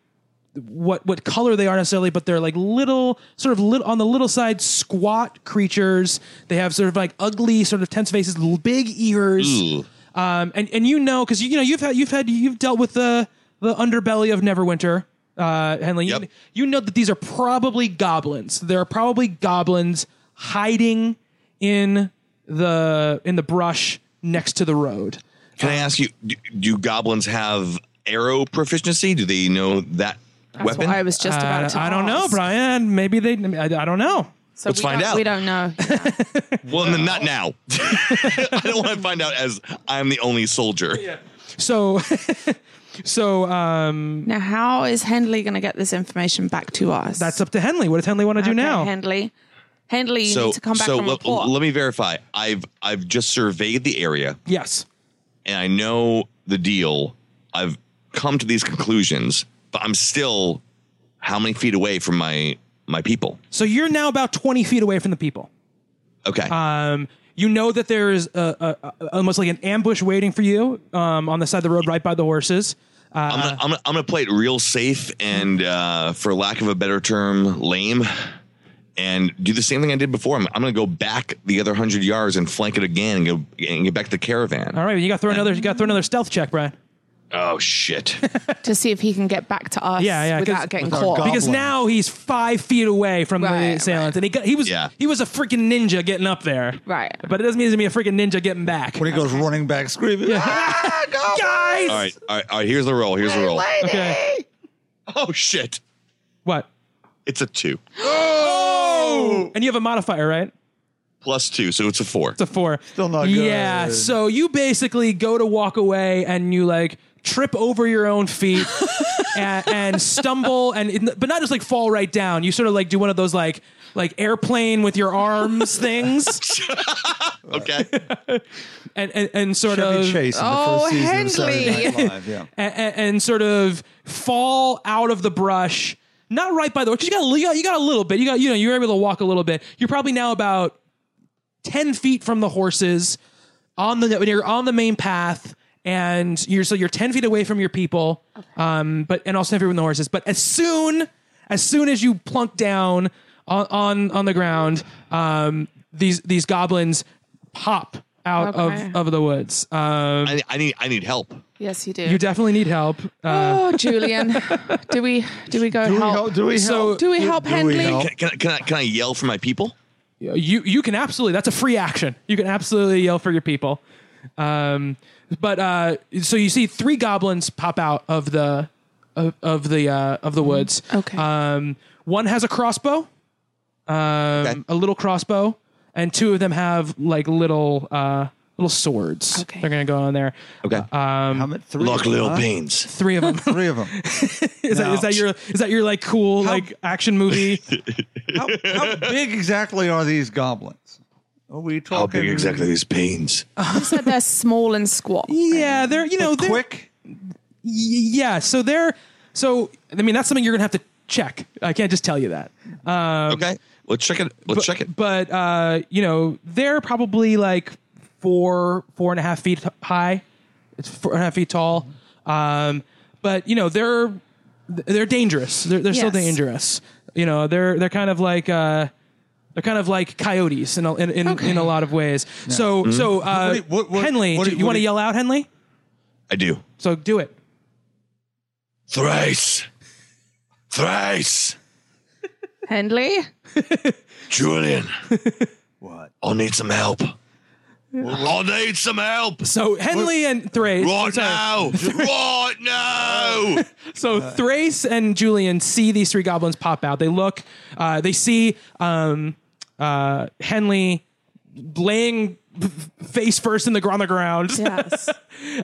S1: what what color they are necessarily, but they're like little, sort of little on the little side, squat creatures. They have sort of like ugly, sort of tense faces, l- big ears,
S4: Ooh.
S1: um, and and you know because you, you know you've had you've had you've dealt with the the underbelly of Neverwinter, uh, Henley. You,
S4: Yep.
S1: you know that these are probably goblins. There are probably goblins hiding in the in the brush next to the road.
S4: Can I ask you? Do, do goblins have arrow proficiency? Do they know that
S2: That's
S4: weapon?
S2: what I was just about
S1: Uh,
S2: to
S1: I don't know,
S2: ask.
S1: Brian. Maybe they. I, I don't know.
S2: So
S4: Let's
S2: we
S4: find
S2: don't,
S4: out.
S2: We don't know.
S1: (laughs)
S4: Well, then not now. (laughs) I don't want to find out as I'm the only soldier.
S1: So, (laughs) so um,
S2: now, how is Hendley going to get this information back to us?
S1: that's up to Henley. What does Henley want to do
S2: Okay,
S1: now?
S2: Hendley. Hendley, you
S4: So,
S2: need to come back
S4: so
S2: and
S4: le-
S2: report.
S4: let me verify. I've I've just surveyed the area.
S1: yes.
S4: and I know the deal. I've come to these conclusions, but I'm still how many feet away from my my people?
S1: So you're now about 20 feet away from the people.
S4: Okay,
S1: Um, you know that there is a, a, a, almost like an ambush waiting for you um, on the side of the road right by the horses.
S4: I'm,
S1: Uh.
S4: gonna, I'm gonna I'm gonna play it real safe and, uh, for lack of a better term, lame, and do the same thing I did before. I'm, I'm gonna go back the other hundred yards and flank it again and go and get back to the caravan.
S1: All right, you got to throw another. You got to throw another stealth check, Brian.
S4: Oh shit!
S2: to see if he can get back to us
S1: Yeah, yeah, 'cause-
S2: without getting
S3: With our
S2: caught.
S3: goblin.
S1: Because now he's five feet away from
S2: Right,
S1: the assailants, and he got, he was
S4: Yeah.
S1: he was a freaking ninja getting up there.
S2: Right.
S1: But it doesn't mean he's gonna be a freaking ninja getting back.
S3: When he goes running back screaming, "Ah, goblin!"
S1: Guys.
S4: all right, all right, all right. Here's the roll. Here's the roll.
S1: Okay.
S4: (laughs) Oh shit!
S1: What?
S4: It's a two
S1: And you have a modifier, right?
S4: plus two, so it's a four.
S1: It's a four.
S3: Still not
S1: Yeah.
S3: good.
S1: So you basically go to walk away and you like trip over your own
S3: (laughs)
S1: feet and, and stumble and but not just like fall right down. You sort of like do one of those like like airplane with your
S3: (laughs)
S1: arms things
S4: Okay.
S1: and and, and sort
S3: Chevy
S1: of
S3: Chase in the
S2: Oh,
S3: first season of Saturday
S2: Henley.
S3: Night Live. Yeah.
S1: and, and- and sort of fall out of the brush. Not right by the way, because you got a- you got you got a little bit. You got you know you were able to walk a little bit. You're probably now about ten feet from the horses on the when you're on the main path, and you're so you're ten feet away from your people, um, but and also ten feet from the horses. But as soon as soon as you plunk down on on, on the ground, um, these these goblins pop out
S2: Okay.
S1: of of the woods. Um,
S4: I, I need I need help.
S2: Yes, you do.
S1: you definitely need help.
S2: oh, Julian, do we do we go
S3: Do we
S2: help?
S3: help? Do we
S1: So-
S3: help?
S2: Do we help Henley?
S3: help?
S4: Can, can, I- can, I, can I yell for my people?
S1: you you can absolutely that's a free action you can absolutely yell for your people um but uh so you see three goblins pop out of the of, of the uh of the woods
S2: Mm-hmm. Okay.
S1: um one has a crossbow um a little crossbow and two of them have like little uh little swords
S2: Okay.
S1: they're gonna go on there
S4: Okay.
S1: Uh, um,
S3: How many- three?
S4: Look,
S3: of them,
S4: little
S3: huh?
S4: beans.
S1: three of them (laughs)
S3: Three of them.
S1: is, that, is that your is that your like cool like action movie
S3: How, how big exactly are these goblins? Are we talking?
S4: these beans?
S1: Um,
S2: You said they're small and squat.
S1: yeah they're you know Oh, they're,
S3: Quick.
S1: Y- yeah so they're so i mean that's something you're gonna have to check i can't just tell you that
S4: okay. Let's check it. Let's check it.
S1: but uh you know they're probably like four four and a half feet high it's four and a half feet tall um but you know they're they're dangerous they're, they're still
S2: Yes.
S1: dangerous you know they're they're kind of like uh they're kind of like coyotes in a, in, in,
S2: Okay.
S1: in a lot of ways. So so uh,
S3: Mm-hmm. What do you- what- what-
S1: Henley,
S3: what do
S1: do
S3: you-
S1: you
S3: what
S1: want
S3: do
S1: to
S3: you-
S1: yell out, Henley?
S4: I do.
S1: So do it.
S4: Thrice. Thrice.
S2: Hendley,
S4: Julian,
S3: What?
S4: I'll need some help. I'll need some help.
S1: So Henley and Thrace. I'm
S4: Right
S1: sorry.
S4: now. right now.
S1: (laughs) So Thrace and Julian see these three goblins pop out. They look, uh, they see um, uh, Henley laying face first in the, gr- on the ground,
S2: yes,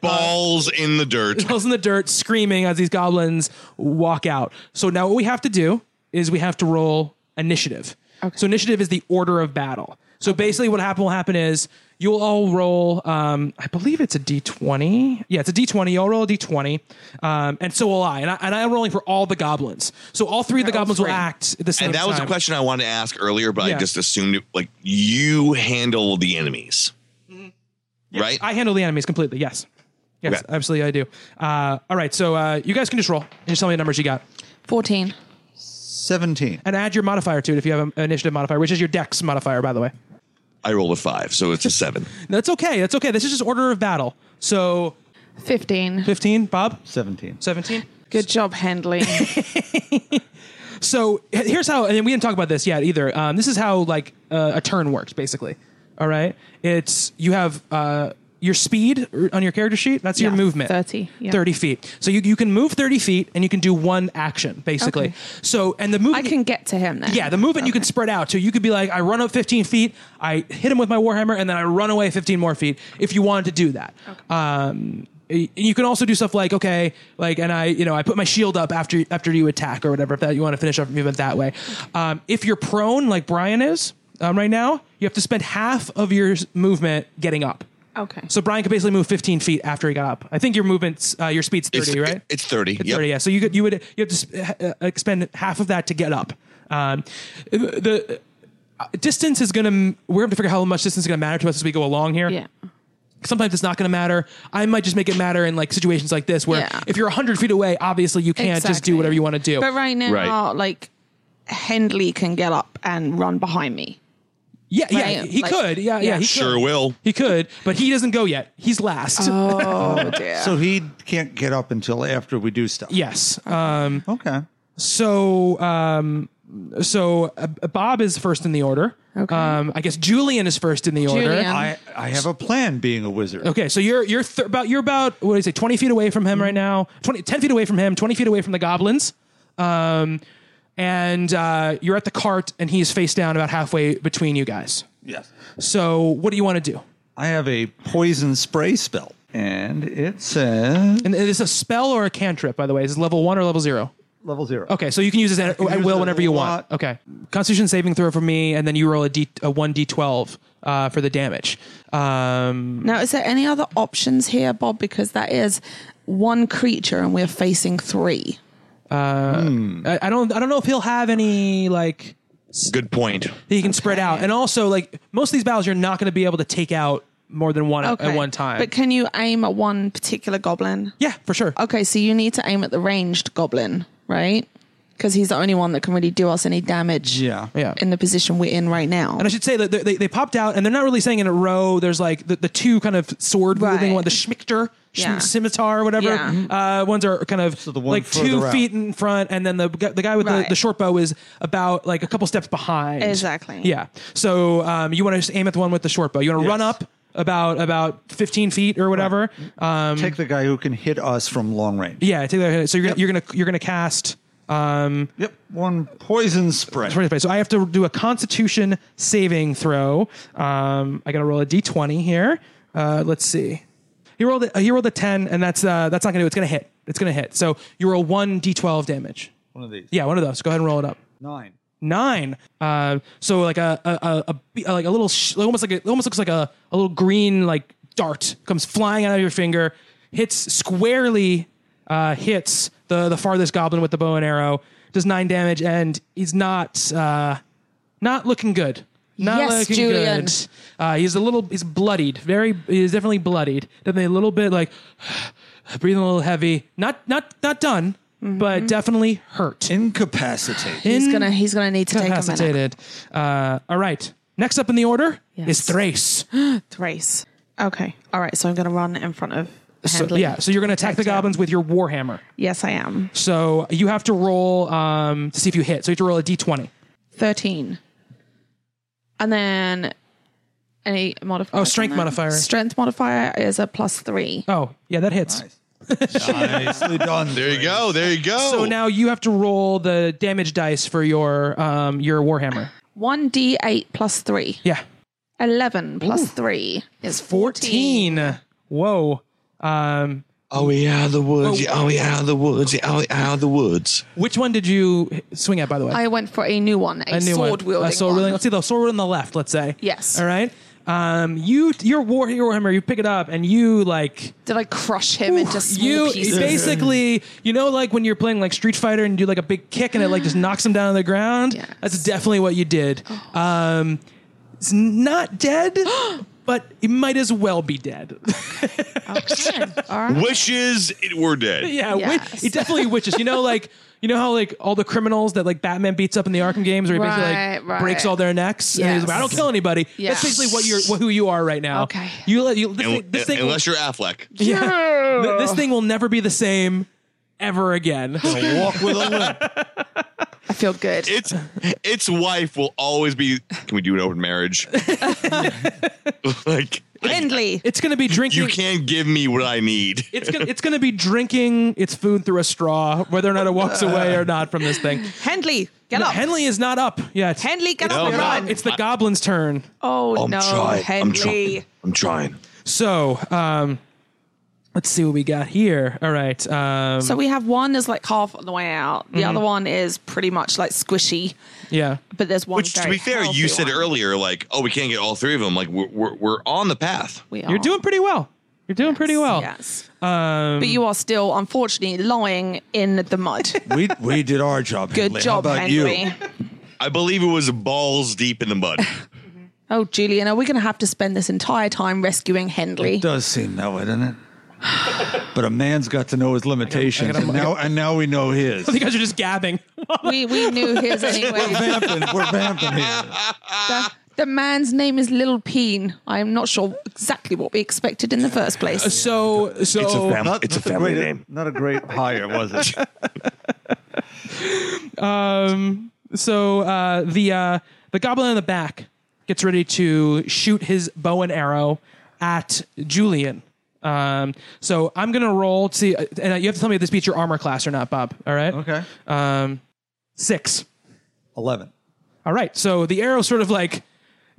S4: Balls in the dirt.
S1: tails in the dirt, screaming as these goblins walk out. So now what we have to do is we have to roll initiative. So initiative is the order of battle. So basically, what happen will happen is you'll all roll. Um, I believe it's a D twenty. Yeah, it's a D twenty. You'll roll a D twenty, um, and so will I. And, I. and I'm rolling for all the goblins. So all three of the
S2: They're all
S1: goblins
S2: three.
S1: will act at the same
S4: And that was a
S1: time.
S4: question I wanted to ask earlier, but
S1: Yeah.
S4: I just assumed it, like you handle the enemies.
S1: Mm-hmm.
S4: Right?
S1: I handle the enemies completely. Yes. Yes,
S4: Okay.
S1: absolutely, I do. Uh, all right, so uh, you guys can just roll and just tell me the numbers you got,
S2: fourteen.
S3: Seventeen.
S1: and add your modifier to it if you have an initiative modifier, which is your Dex modifier, by the way.
S4: I rolled a five, so it's
S1: (laughs)
S4: a seven.
S1: That's okay. That's okay. This is just order of battle. So
S2: 15.
S1: 15, Bob,
S3: Seventeen.
S1: 17.
S2: Good job, Hendley.
S1: So h- here's how, and we didn't talk about this yet either. Um, this is how like uh, a turn works, basically. All right. It's you have uh, your speed or- on your character sheet. That's your
S2: Yeah,
S1: movement.
S2: 30, yeah.
S1: 30 feet. So you, you can move 30 feet and you can do one action, basically.
S2: Okay.
S1: So, and the movement.
S2: I can get to him then.
S1: Yeah, the movement you could spread out. So you could be like, I run up 15 feet, I hit him with my warhammer, and then I run away 15 more feet. If you wanted to do that, um, and you can also do stuff like, okay, like, and I, you know, I put my shield up after after you attack or whatever. If that you want to finish up your movement that way. Um, if you're prone, like Brian is um, right now, you have to spend half of your s- movement getting up.
S2: Okay.
S1: So Brian could basically move 15 feet after he got up. I think your movements, uh, your speed's 30,
S4: It's-
S1: right?
S4: It's 30.
S1: It's
S4: yep.
S1: 30, yeah. So you could you would you have to sp- uh, expend half of that to get up. Um, the uh, distance is gonna we're gonna figure out how much distance is gonna matter to us as we go along here.
S2: yeah.
S1: Sometimes it's not gonna matter. I might just make it matter in like situations like this where
S2: Yeah.
S1: if you're hundred feet away, obviously you can't just do
S2: Exactly.
S1: whatever you want to do.
S2: But right now,
S4: Right.
S2: like Hendley can get up and run behind me.
S1: yeah, yeah,
S2: right,
S1: he
S2: like-
S1: could. Yeah, yeah,
S2: yeah.
S1: he
S4: Sure
S1: could.
S4: will.
S1: He could, but he doesn't go yet. He's last.
S2: Oh dear.
S3: So he can't get up until after we do stuff.
S1: yes. Um,
S3: Okay.
S1: so um, so uh, Bob is first in the order.
S2: Okay.
S1: Um, I guess Julian is first in the order.
S2: Julian.
S3: I, I have a plan being a wizard.
S1: Okay, so you're you're th- about you're about what do you say, twenty feet away from him
S3: Mm-hmm.
S1: right now, 20, 10 feet away from him, twenty feet away from the goblins, um, and uh, you're at the cart, and he's face down about halfway between you guys.
S3: Yes.
S1: So what do you want to do?
S3: I have a poison spray spell. And it says
S1: And is this a spell or a cantrip? By the way, is this level one or level zero?
S3: level zero.
S1: Okay, so you can use this at,
S3: can
S1: at
S3: use it
S1: will
S3: at
S1: whenever you
S3: will
S1: want.
S3: lot.
S1: Okay, Constitution saving throw for me, and then you roll a d a one d twelve uh, for the damage. Um,
S2: now, is there any other options here, Bob? Because that is one creature, and we're facing three.
S1: I, I don't I don't know if he'll have any like.
S4: Good point.
S1: that you can spread out. And also, like most of these battles, you're not going to be able to take out more than one at- at one time.
S2: But can you aim at one particular goblin?
S1: yeah, for sure.
S2: Okay, so you need to aim at the ranged goblin, right? Because he's the only one that can really do us any damage.
S3: Yeah.
S1: Yeah.
S2: In the position we're in right now.
S1: and I should say that they, they, they popped out, and they're not really saying in a row. There's like the, the two kind of sword moving
S2: Right.
S1: one, the schmichter, sch-
S2: Yeah.
S1: scimitar, whatever.
S2: Yeah. Mm-hmm.
S1: Uh, ones are kind of
S3: the one
S1: like two
S3: further out.
S1: feet in front, and then the gu- the guy with the,
S2: Right.
S1: the short bow is about like a couple steps behind.
S2: Exactly.
S1: Yeah. So um, you want to just aim at the one with the short bow. You want to run
S3: Yes.
S1: up about about 15 feet or whatever. Um,
S3: Take the guy who can hit us from long range.
S1: yeah. Take that. So you're gonna you're gonna you're gonna cast. Um,
S3: Yep. One poison spray.
S1: Twenty space. So I have to do a Constitution saving throw. Um, I got to roll a d20 here. Uh, let's see. He rolled a, he rolled a 10, and that's uh, that's not gonna do. it. It's gonna hit. It's gonna hit. So you roll one d12 damage.
S3: One of these.
S1: Yeah, one of those. Go ahead and roll it up.
S3: Nine.
S1: Nine. Uh, so like a a, a, a be- like a little sh- like almost like a, it almost looks like a, a little green like dart comes flying out of your finger, hits squarely, uh, hits the the farthest goblin with the bow and arrow, does nine damage, and he's not uh, not looking good. Not
S2: Yes,
S1: looking
S2: Julian.
S1: good. Uh, he's a little he's bloodied. Very he's definitely bloodied. Definitely a little bit like (sighs) breathing a little heavy. Not not not done, but definitely hurt
S3: Incapacitated.
S2: Mm-hmm. He's gonna he's gonna need to take a minute.
S1: incapacitated. Uh, all right. Next up in the order is
S2: Yes.
S1: Thrace.
S2: Thrace. Okay. All right. So I'm gonna run in front of.
S1: So,
S2: Hendley.
S1: yeah, so you're going to attack the
S2: Protect him.
S1: goblins with your warhammer.
S2: Yes, I am.
S1: So you have to roll um, to see if you hit. So you have to roll a d20.
S2: 13. And then any modifier?
S1: Oh, strength
S2: on that?
S1: modifier.
S2: Strength modifier is a plus three.
S1: Oh, yeah, that hits.
S3: (laughs) Nice. Nicely done.
S4: There you go. There you go.
S1: So now you have to roll the damage dice for your um, your warhammer.
S2: 1d8 plus three.
S1: Yeah,
S2: 11 plus three is 14.
S1: Whoa. Um,
S4: oh, we out of the woods.
S1: Oh.
S4: Oh, we out of the woods. Oh, we out of the woods.
S1: which one did you h- swing at? By the way,
S2: I went for a new one, a,
S1: A new one.
S2: sword wielding.
S1: A sword
S2: one.
S1: wielding. Let's see the sword on the left. Let's say
S2: Yes.
S1: All right. Um, you your war your warhammer. You pick it up and you like
S2: Did I crush him into small
S1: you
S2: pieces?
S1: basically you know like when you're playing like Street Fighter and you do like a big kick and it
S2: (gasps)
S1: like just knocks him down on the ground.
S2: Yes. Oh.
S1: That's definitely what you did. Um, it's not
S2: (gasps)
S1: dead, but it might as well be dead. (laughs)
S2: Okay. All right.
S4: Wishes it were dead.
S1: Yeah, wi-
S2: Yes.
S1: it definitely witches. You know, like you know how like all the criminals that like Batman beats up in the Arkham games, where he
S2: Right,
S1: basically like
S2: right.
S1: breaks all their necks. And he's
S2: Yes.
S1: like, I don't kill anybody.
S2: Yeah.
S1: That's basically what you're, what, who you are right now.
S2: Okay.
S1: You let you this,
S4: Un-
S1: thing, this thing
S4: unless you're Affleck.
S1: (laughs) yeah, Th- this thing will never be the same ever
S2: (gasps)
S1: again.
S3: Walk with a limp.
S2: I feel good.
S4: It's
S1: (laughs)
S4: its wife will always be. Can we do an open marriage? like I-
S2: End kindly.
S1: It's going to be drinking.
S4: You can't give me what I need.
S1: It's gonna, it's gonna be drinking its food through a straw, whether or not it walks away
S2: (laughs)
S1: or not from this thing.
S2: Henley, get
S1: No,
S2: up.
S1: Henley is not up yet.
S2: Oh. Henley, get
S4: No,
S2: up and
S4: no.
S2: run.
S1: It's the goblin's turn.
S2: oh,
S4: I'm
S2: no,
S4: trying. I'm
S2: Henley.
S4: trying. I'm trying.
S1: So, um, let's see what we got here. All right. Um,
S2: So we have one is like half on the way out.
S1: Mm-hmm.
S2: The other one is pretty much like squishy.
S1: yeah.
S2: But there's one.
S4: Which, to
S2: very
S4: be fair,
S2: healthy
S4: you said
S2: one.
S4: earlier, like, oh, we can't get all three of them. Like, we're, we're, we're on the path.
S2: We
S1: You're
S2: are.
S1: doing pretty well. You're doing pretty well. Um,
S2: Oh. Yes. but you are still, unfortunately, lying in
S1: (laughs)
S2: the mud.
S3: we we did our job.
S2: Good
S3: Henley. How
S2: job,
S3: about
S2: Henry.
S3: you?
S4: I believe it was balls deep in
S1: (laughs)
S4: the mud.
S2: Oh, Julian, are we going to have to spend this entire time rescuing Henley?
S3: It does seem that way, doesn't it? But a man's got to know his limitations, and now and now we know his.
S1: You guys are just gabbing.
S2: We, we knew
S1: (laughs)
S2: his anyway.
S3: vamping, we're vamping here.
S2: the, the man's name is Little Peen. I'm not sure exactly what we expected in the first place.
S1: So, so
S4: It's a family.
S3: Not-
S4: It's a
S3: not
S4: family
S3: great-
S4: name.
S3: Not a great hire, was it?
S1: Um, so uh, the uh, the goblin in the back gets ready to shoot his bow and arrow at Julian. Um, so I'm gonna roll to see, uh, and you have to tell me if this beats your armor class or not, Bob. All right.
S3: (laughs) Okay.
S1: Um, six.
S3: Eleven.
S1: All right. So the arrow sort of like.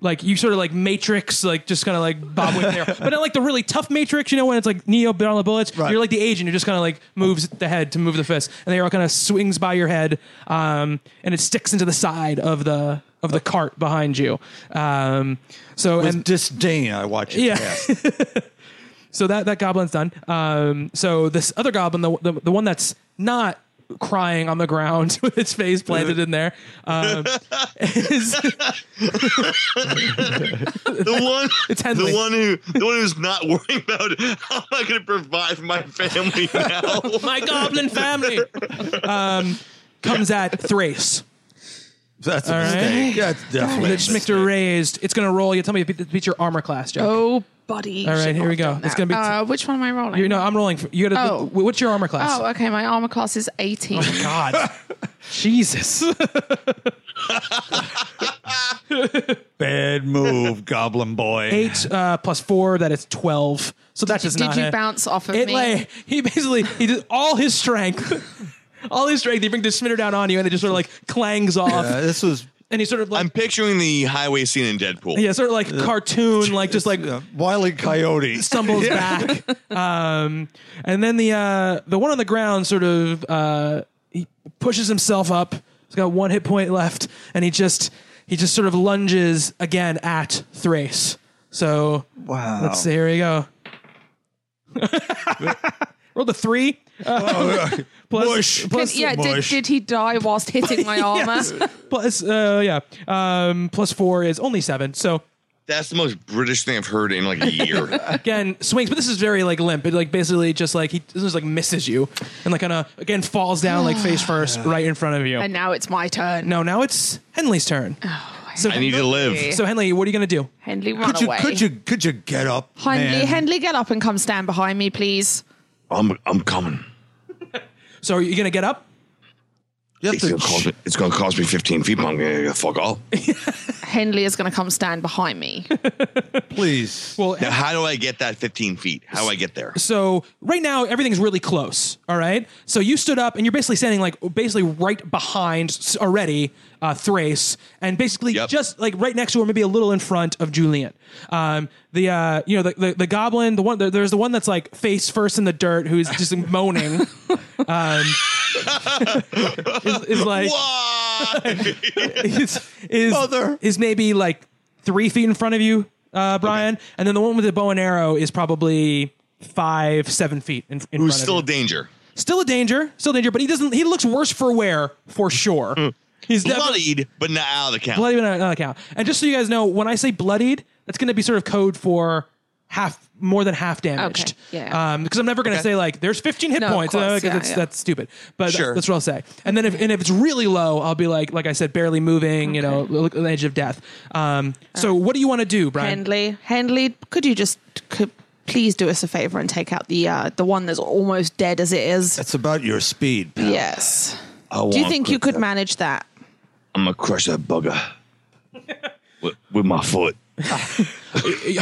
S1: Like you sort of like Matrix, like just kind of like bob with there, but not like the really tough Matrix, you know, when it's like Neo bit on the bullets.
S3: Right.
S1: You're like the agent who just kind of like moves the head to move the fist, and the arrow kind of swings by your head, um, and it sticks into the side of the of the cart behind you. Um, so
S3: With
S1: and
S3: disdain, I watch it.
S1: Yeah.
S3: pass.
S1: so that that goblin's done. Um, so this other goblin, the, the the one that's not crying on the ground (laughs) with its face planted
S3: Uh-huh.
S1: in there, um, is
S4: The one,
S1: It's Henley.
S4: the one who, the one who's not worrying about (laughs) how am I going to provide for my family now.
S1: (laughs) my goblin family um, comes at Thrace.
S3: That's a
S1: All right.
S3: mistake. That's definitely. a
S1: It's
S3: mistake.
S1: Schmichter raised. It's going to roll. You tell me if it beats your armor class, Jack.
S2: Oh, buddy.
S1: All right,
S2: should
S1: here
S2: not
S1: we
S2: have
S1: go.
S2: done
S1: It's gonna
S2: that.
S1: be-
S2: Uh, which one am I rolling?
S1: You know, I'm rolling. For, you got to.
S2: Oh.
S1: What's your armor class?
S2: oh, okay. My armor class is
S1: (laughs)
S2: 18.
S1: God. Jesus.
S3: Bad move, Goblin Boy.
S1: Eight uh, plus four. That is twelve. So that does
S2: did
S1: not.
S2: you
S1: hit.
S2: bounce off of
S1: it
S2: me?
S1: lay- He basically he did all his strength. (laughs) All his strength, he brings the schmitter down on you, and it just sort of like clangs off,
S3: Uh, this was
S1: and he sort of like
S4: I'm picturing the highway scene in
S1: (laughs)
S4: Deadpool.
S1: yeah, sort of like cartoon, like just like
S3: uh, Wile E. Coyote.
S1: stumbles back. Um, and then the uh, the one on the ground sort of uh, he pushes himself up. He's got one hit point left, and he just he just sort of lunges again at Thrace. So
S3: Wow.
S1: let's see. Here we go. Rolled a three. Plus,
S3: Mush.
S2: Can-
S1: plus-
S2: yeah, did,
S3: mush.
S2: did he die whilst hitting my armor?
S1: plus, uh, yeah. Um, plus four is only seven. So
S4: That's the most British thing I've heard in like a year.
S1: again swings, but this is very like limp. It like basically just like he just like misses you, and like kind of again falls down like face first right in front of you.
S2: And now it's my turn.
S1: No, Oh, now it's Henley's turn. so,
S4: I need to live.
S1: so Henley, what are you gonna do?
S2: Henley, run
S3: Could you,
S2: away.
S3: could you could you get up,
S2: Henley,
S3: man?
S2: Henley, get up and come stand behind me, please.
S4: I'm, I'm coming.
S1: So are you gonna get up?
S3: You have
S4: It's
S3: to
S4: gonna, cost me, it's gonna cost me 15 feet, but I'm gonna
S2: (laughs)
S4: fuck off.
S2: Henley is going to come stand behind me.
S3: please.
S1: Well,
S4: Now, how do I get that 15 feet? How do I get there?
S1: so right now everything's really close. All right. So you stood up and you're basically standing like basically right behind s- already uh, Thrace, and basically
S4: Yep.
S1: just like right next to or maybe a little in front of Julian. Um, the uh, you know the, the the goblin, the one there- there's the one that's like face first in the dirt who's just (laughs) moaning. Um, (laughs) is, is like
S4: Why?
S2: (laughs)
S4: (laughs)
S1: is is,
S3: Mother.
S1: is maybe like three feet in front of you, uh, Brian, and then the one with the bow and arrow is probably five, seven feet in, in
S4: Who's
S1: front
S4: still a
S1: of you.
S4: danger?
S1: Still a danger, still a danger, but he doesn't. He looks worse for wear for sure. He's definitely
S4: Bloodied, but Hmm. not out of the count.
S1: bloodied on on account. And just so you guys know, when I say bloodied, that's going to be sort of code for half more than half damaged.
S2: Okay, yeah.
S1: Because I'm never going to say like there's 15 hit
S2: No, of
S1: points.
S2: course,
S1: uh, 'cause
S2: yeah,
S1: that's,
S2: yeah.
S1: that's stupid. But
S4: Sure.
S1: that's what I'll say. And then if and if it's really low, I'll be like like I said, barely moving. You know, l- l- edge of death. Um.
S2: Uh,
S1: So what do you want to do, Brian?
S2: Henley, Henley, could you just could, please do us a favor and take out the uh, the one that's almost dead as it is?
S3: It's about your speed. pal.
S2: Yes.
S4: I
S2: Do you
S4: wanna
S2: think you
S4: crush
S2: could manage that? (laughs)
S4: that- I'm gonna crush that bugger with, with my foot.
S1: Are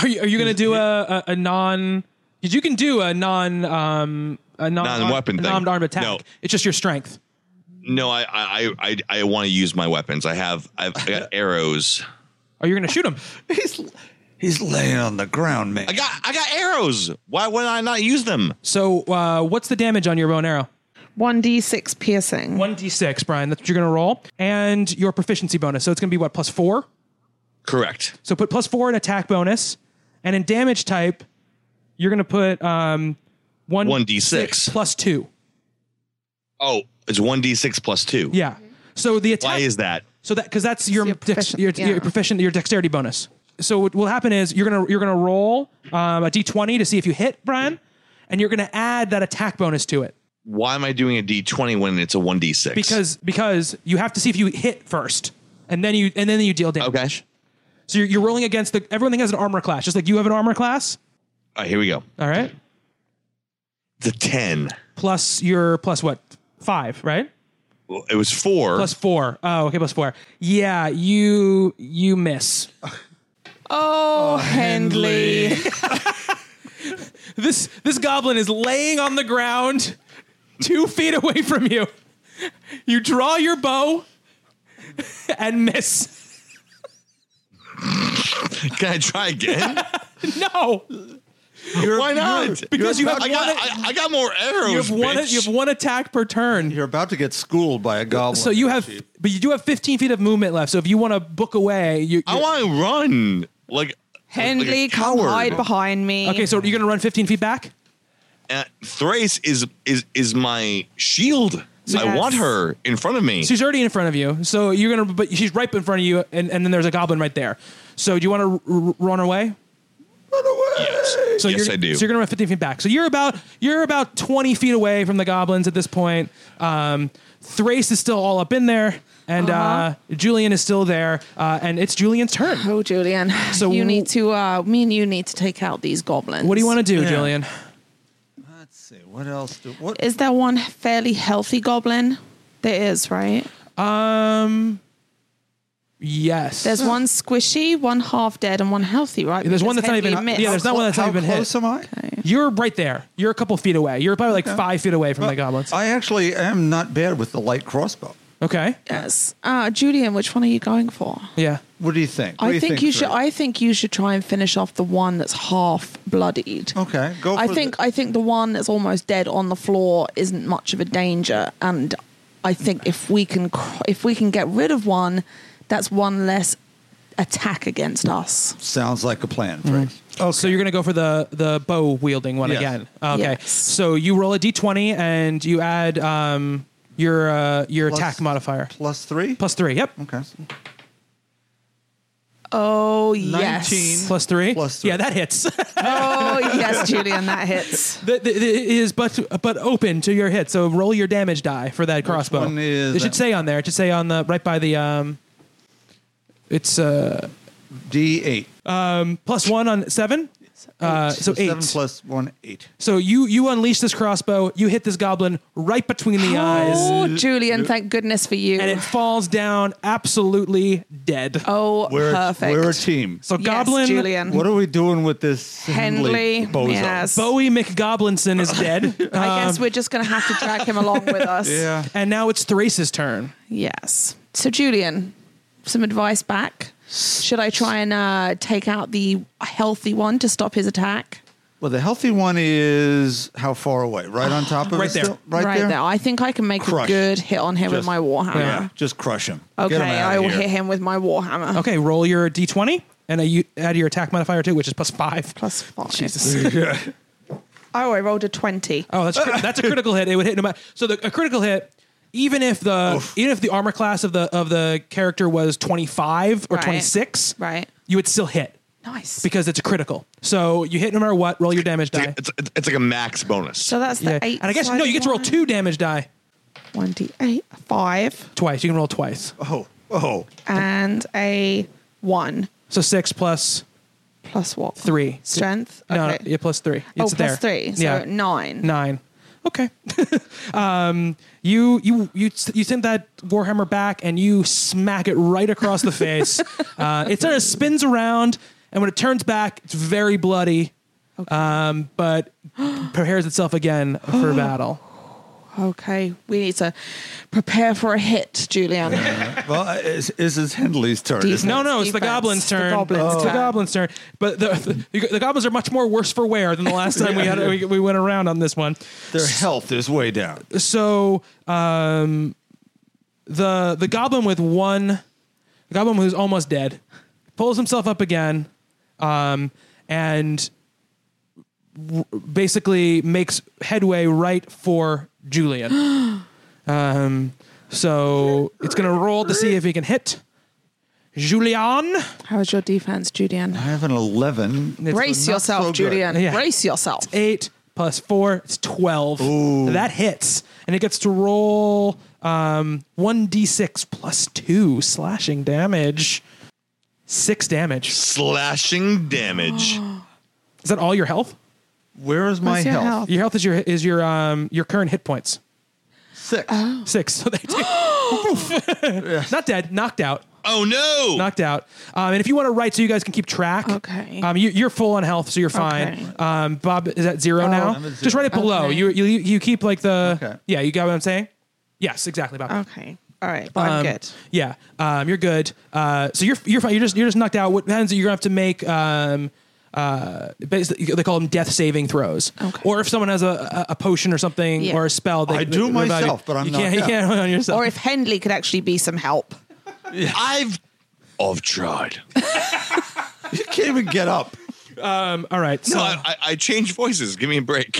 S1: you, are you going to do a, a, a non? Because you can do a non um a non
S4: Non-weapon
S1: a
S4: thing.
S1: non armed attack.
S4: No.
S1: It's just your strength.
S4: No, I I I I, I want to use my weapons. I have I've
S2: (laughs)
S4: I got arrows.
S1: Are you going to shoot him?
S3: He's he's laying on the ground, man.
S4: I got I got arrows. Why would I not use them?
S1: So uh, what's the damage on your bow and arrow?
S2: 1d6 piercing.
S1: One d six, Brian. That's what you're going to roll, and your proficiency bonus. So it's going to be what plus four.
S4: Correct.
S1: So put plus four in attack bonus, and in damage type, you're going to put um one
S4: 1d6.
S1: plus two.
S4: Oh, it's one d six plus two.
S1: Yeah. So the attack
S4: Why is that?
S1: So that because that's your
S2: your
S1: dex-
S2: proficient-
S1: your,
S2: yeah.
S1: your proficient your dexterity bonus. So what will happen is you're gonna you're gonna roll um, a d20 to see if you hit Brian, and you're gonna add that attack bonus to it
S4: Why am I doing a d twenty when it's a one d six?
S1: because because you have to see if you hit first, and then you and then you deal damage.
S4: okay.
S1: So you're, you're rolling against the everyone has an armor class, just like you have an armor class.
S4: All right, here we go.
S1: All right,
S4: The ten.
S1: plus your plus what five right
S4: Well, It was four.
S1: plus four. Oh, okay, plus four. Yeah, you you miss. (laughs)
S2: Oh, Hendley.
S1: this this goblin is laying on the ground (laughs) two feet away from you you draw your bow (laughs) and miss
S4: (laughs) Can I try again?
S1: (laughs) no
S4: Why not?
S1: because you have,
S4: I
S1: one,
S4: got I, I got more arrows.
S1: you have one
S4: bitch.
S1: you have one attack per turn
S3: You're about to get schooled by a goblin.
S1: so you have but you do have 15 feet of movement left so if you want to book away you
S4: I want to run like
S2: Hendley,
S4: like a
S2: come
S4: coward.
S2: hide behind me.
S1: okay so you're gonna run 15 feet back
S4: Uh, Thrace is is is my shield. I
S2: Yes.
S4: want her in front of me.
S1: she's already in front of you so you're gonna but she's right in front of you and, and then there's a goblin right there so do you want to r- r- run away
S4: yes,
S1: So
S4: yes,
S1: you're,
S4: I do.
S1: So you're gonna run 15 feet back. So you're about you're about 20 feet away from the goblins at this point. Um, Thrace is still all up in there, and uh
S3: Uh-huh.
S1: Julian is still there, uh, and it's Julian's turn.
S2: Oh, Julian.
S1: So
S2: So you
S1: w-
S2: need to, uh, me and you need to take out these goblins.
S1: What do you want to do,
S3: Yeah.
S1: Julian?
S3: Let's see. What else? Do, what?
S2: Is there one fairly healthy goblin? There is, right?
S1: Um, yes.
S2: There's one squishy, one half dead, and one healthy, right?
S1: There's one that's
S2: Because
S1: not even-
S2: Henley missed.
S1: yeah, there's not one that's
S3: How
S1: not even hit.
S3: close am I?
S1: you're right there. You're a couple feet away. You're probably like five feet away from
S4: Uh,
S1: the goblins.
S3: I actually am not bad with the light crossbow.
S1: okay.
S2: Yes. Uh, Julian, which one are you going for?
S1: Yeah.
S3: What do you think? What do
S2: I think, you should.
S3: Drew?
S2: I think you should try and finish off the one that's half bloodied.
S3: Okay, go
S2: I
S3: for
S2: think.
S3: the-
S2: I think the one that's almost dead on the floor isn't much of a danger, and I think if we can, cr- if we can get rid of one, that's one less attack against us.
S3: Sounds like a plan, Frank.
S1: Oh, so you're gonna go for the the bow wielding one
S3: Yes.
S1: again. Okay.
S2: Yes.
S1: So you roll a d20 and you add um your uh, your
S3: Plus-
S1: attack modifier
S3: Plus three?
S1: plus three. Yep.
S3: Okay.
S2: Oh yes.
S3: 19.
S1: Plus three.
S3: Plus three.
S1: Yeah, that hits. (laughs)
S2: Oh yes, Julian, that hits.
S1: The, the, the, it is but but open to your hit. So roll your damage die for that crossbow.
S3: one is
S1: it should
S3: that?
S1: say on there. It should say on the right by the um. It's uh
S3: D8.
S2: Uh,
S1: plus one on seven. Uh, so eight.
S3: Seven plus one, eight.
S1: so you you unleash this crossbow. You hit this goblin right between
S3: (gasps)
S1: the eyes,
S2: Oh, Julian, thank goodness for you.
S1: and it falls down absolutely dead.
S2: oh,
S3: We're,
S2: perfect.
S3: we're a team.
S1: so
S2: Yes,
S1: goblin
S2: Julian.
S3: What are we doing with this Henley,
S2: Henley,
S3: bozo?
S2: yes.
S1: Bowie McGoblinson is
S2: (laughs)
S1: dead, Uh,
S2: I guess we're just going to have to drag him along
S3: (laughs)
S2: with us.
S3: um, Yeah.
S1: and now it's Thrace's turn.
S2: Yes. So, Julian, some advice back. Should I try and uh, take out the healthy one to stop his attack?
S3: Well, the healthy one is how far away? Right on top of
S1: Right
S3: it
S1: there.
S3: still? Right, there.
S2: I think I can make
S3: Crush.
S2: a good hit on him with
S3: Just-
S2: my warhammer.
S3: Yeah. Just crush him.
S2: Okay,
S3: Get him out
S2: I
S3: of
S2: will
S3: here.
S2: hit him with my warhammer.
S1: Okay, roll your d20 and uh, you add your attack modifier too, which is plus five.
S2: Plus
S1: (laughs)
S2: five.
S1: Jesus.
S2: Oh, I rolled a 20.
S1: Oh, that's cri- that's a critical hit. It would hit no matter. So the, a critical hit, even if the even if the armor class of the of the character was twenty five or
S2: Right.
S1: twenty six,
S2: Right.
S1: you would still hit
S2: Nice.
S1: because it's a critical. So you hit no matter what. Roll your damage die.
S4: it's, it's, it's like a max bonus.
S2: so that's the
S1: Yeah,
S2: eight.
S1: and I guess no, you get to roll two damage die
S2: 1d8, five,
S1: twice. You can roll twice.
S3: Oh, oh.
S2: and a one.
S1: So six plus
S2: Plus what?
S1: three.
S2: Strength?
S1: No,
S2: Okay.
S1: no, yeah, plus three. It's
S2: Oh,
S1: there.
S2: plus three. So
S1: yeah,
S2: nine.
S1: nine. Okay. (laughs) um, you you you s- you send that
S2: (laughs)
S1: warhammer back and you smack it right across the face. uh, it sort of spins around And when it turns back, it's very bloody, um,
S2: (gasps)
S1: but prepares itself again for battle.
S2: Okay, we need to prepare for a hit,
S1: (laughs)
S2: Julian.
S3: Well, uh, it's, it's, it's Henley's turn.
S2: Decent.
S3: isn't it?
S1: No, no, it's the
S2: Defense.
S1: goblin's
S2: The
S1: turn.
S2: goblin's
S1: it's the
S2: turn.
S1: goblin's turn. But the, the, the goblins are much more worse for wear than the
S2: (laughs)
S1: last time we had we, we went around on this one.
S3: Their health is way down.
S1: so um, the the goblin with one the goblin who's almost dead pulls himself up again um, and w- basically makes headway right for Julian. (gasps) um, so it's gonna roll to see if he can hit Julian.
S2: How is your defense, Julian?
S3: I have an 11.
S1: It's
S2: Brace
S3: not
S2: yourself,
S3: so good.
S2: Julian.
S1: Yeah.
S2: Brace yourself.
S1: eight plus four. It's twelve. That hits, and it gets to roll um one d six plus two slashing damage. Six damage.
S4: Slashing
S1: (gasps)
S4: damage.
S1: Is that all your health?
S3: Where is my
S2: What's your
S3: health?
S2: health?
S1: Your health is your is your um your current hit points.
S3: Six.
S1: Six. (laughs) So they
S3: (gasps)
S1: take, not dead. Knocked out.
S4: oh no!
S1: Knocked out. Um, and if you want to write, so you guys can keep track.
S2: Okay.
S1: Um, you, you're full on health, so you're fine.
S2: Okay.
S1: Um, Bob is at zero now.
S3: Oh, I'm at
S1: Just write it below.
S2: Okay.
S1: You, you you keep like the
S3: Okay.
S1: yeah. You got what I'm saying? Yes, exactly, Bob.
S2: Okay. All right. I'm
S1: Um,
S2: good.
S1: Yeah, um, you're good. Uh, so you're you're fine. You're just you're just knocked out. What happens? is You're gonna have to make. Um, uh, basically, they call them death saving throws.
S2: Okay.
S1: Or if someone has a, a, a potion or something
S2: Yeah.
S1: or a spell, they,
S3: I do
S1: they- about
S3: myself,
S1: you.
S3: but I'm
S1: you can't.
S3: knocked
S1: You
S3: out.
S1: can't run on yourself.
S2: Or if Henley could actually be some help.
S4: I've I've tried.
S3: You can't even get up.
S1: um, all right. So
S4: No, I, I, I changed voices. Give me a break.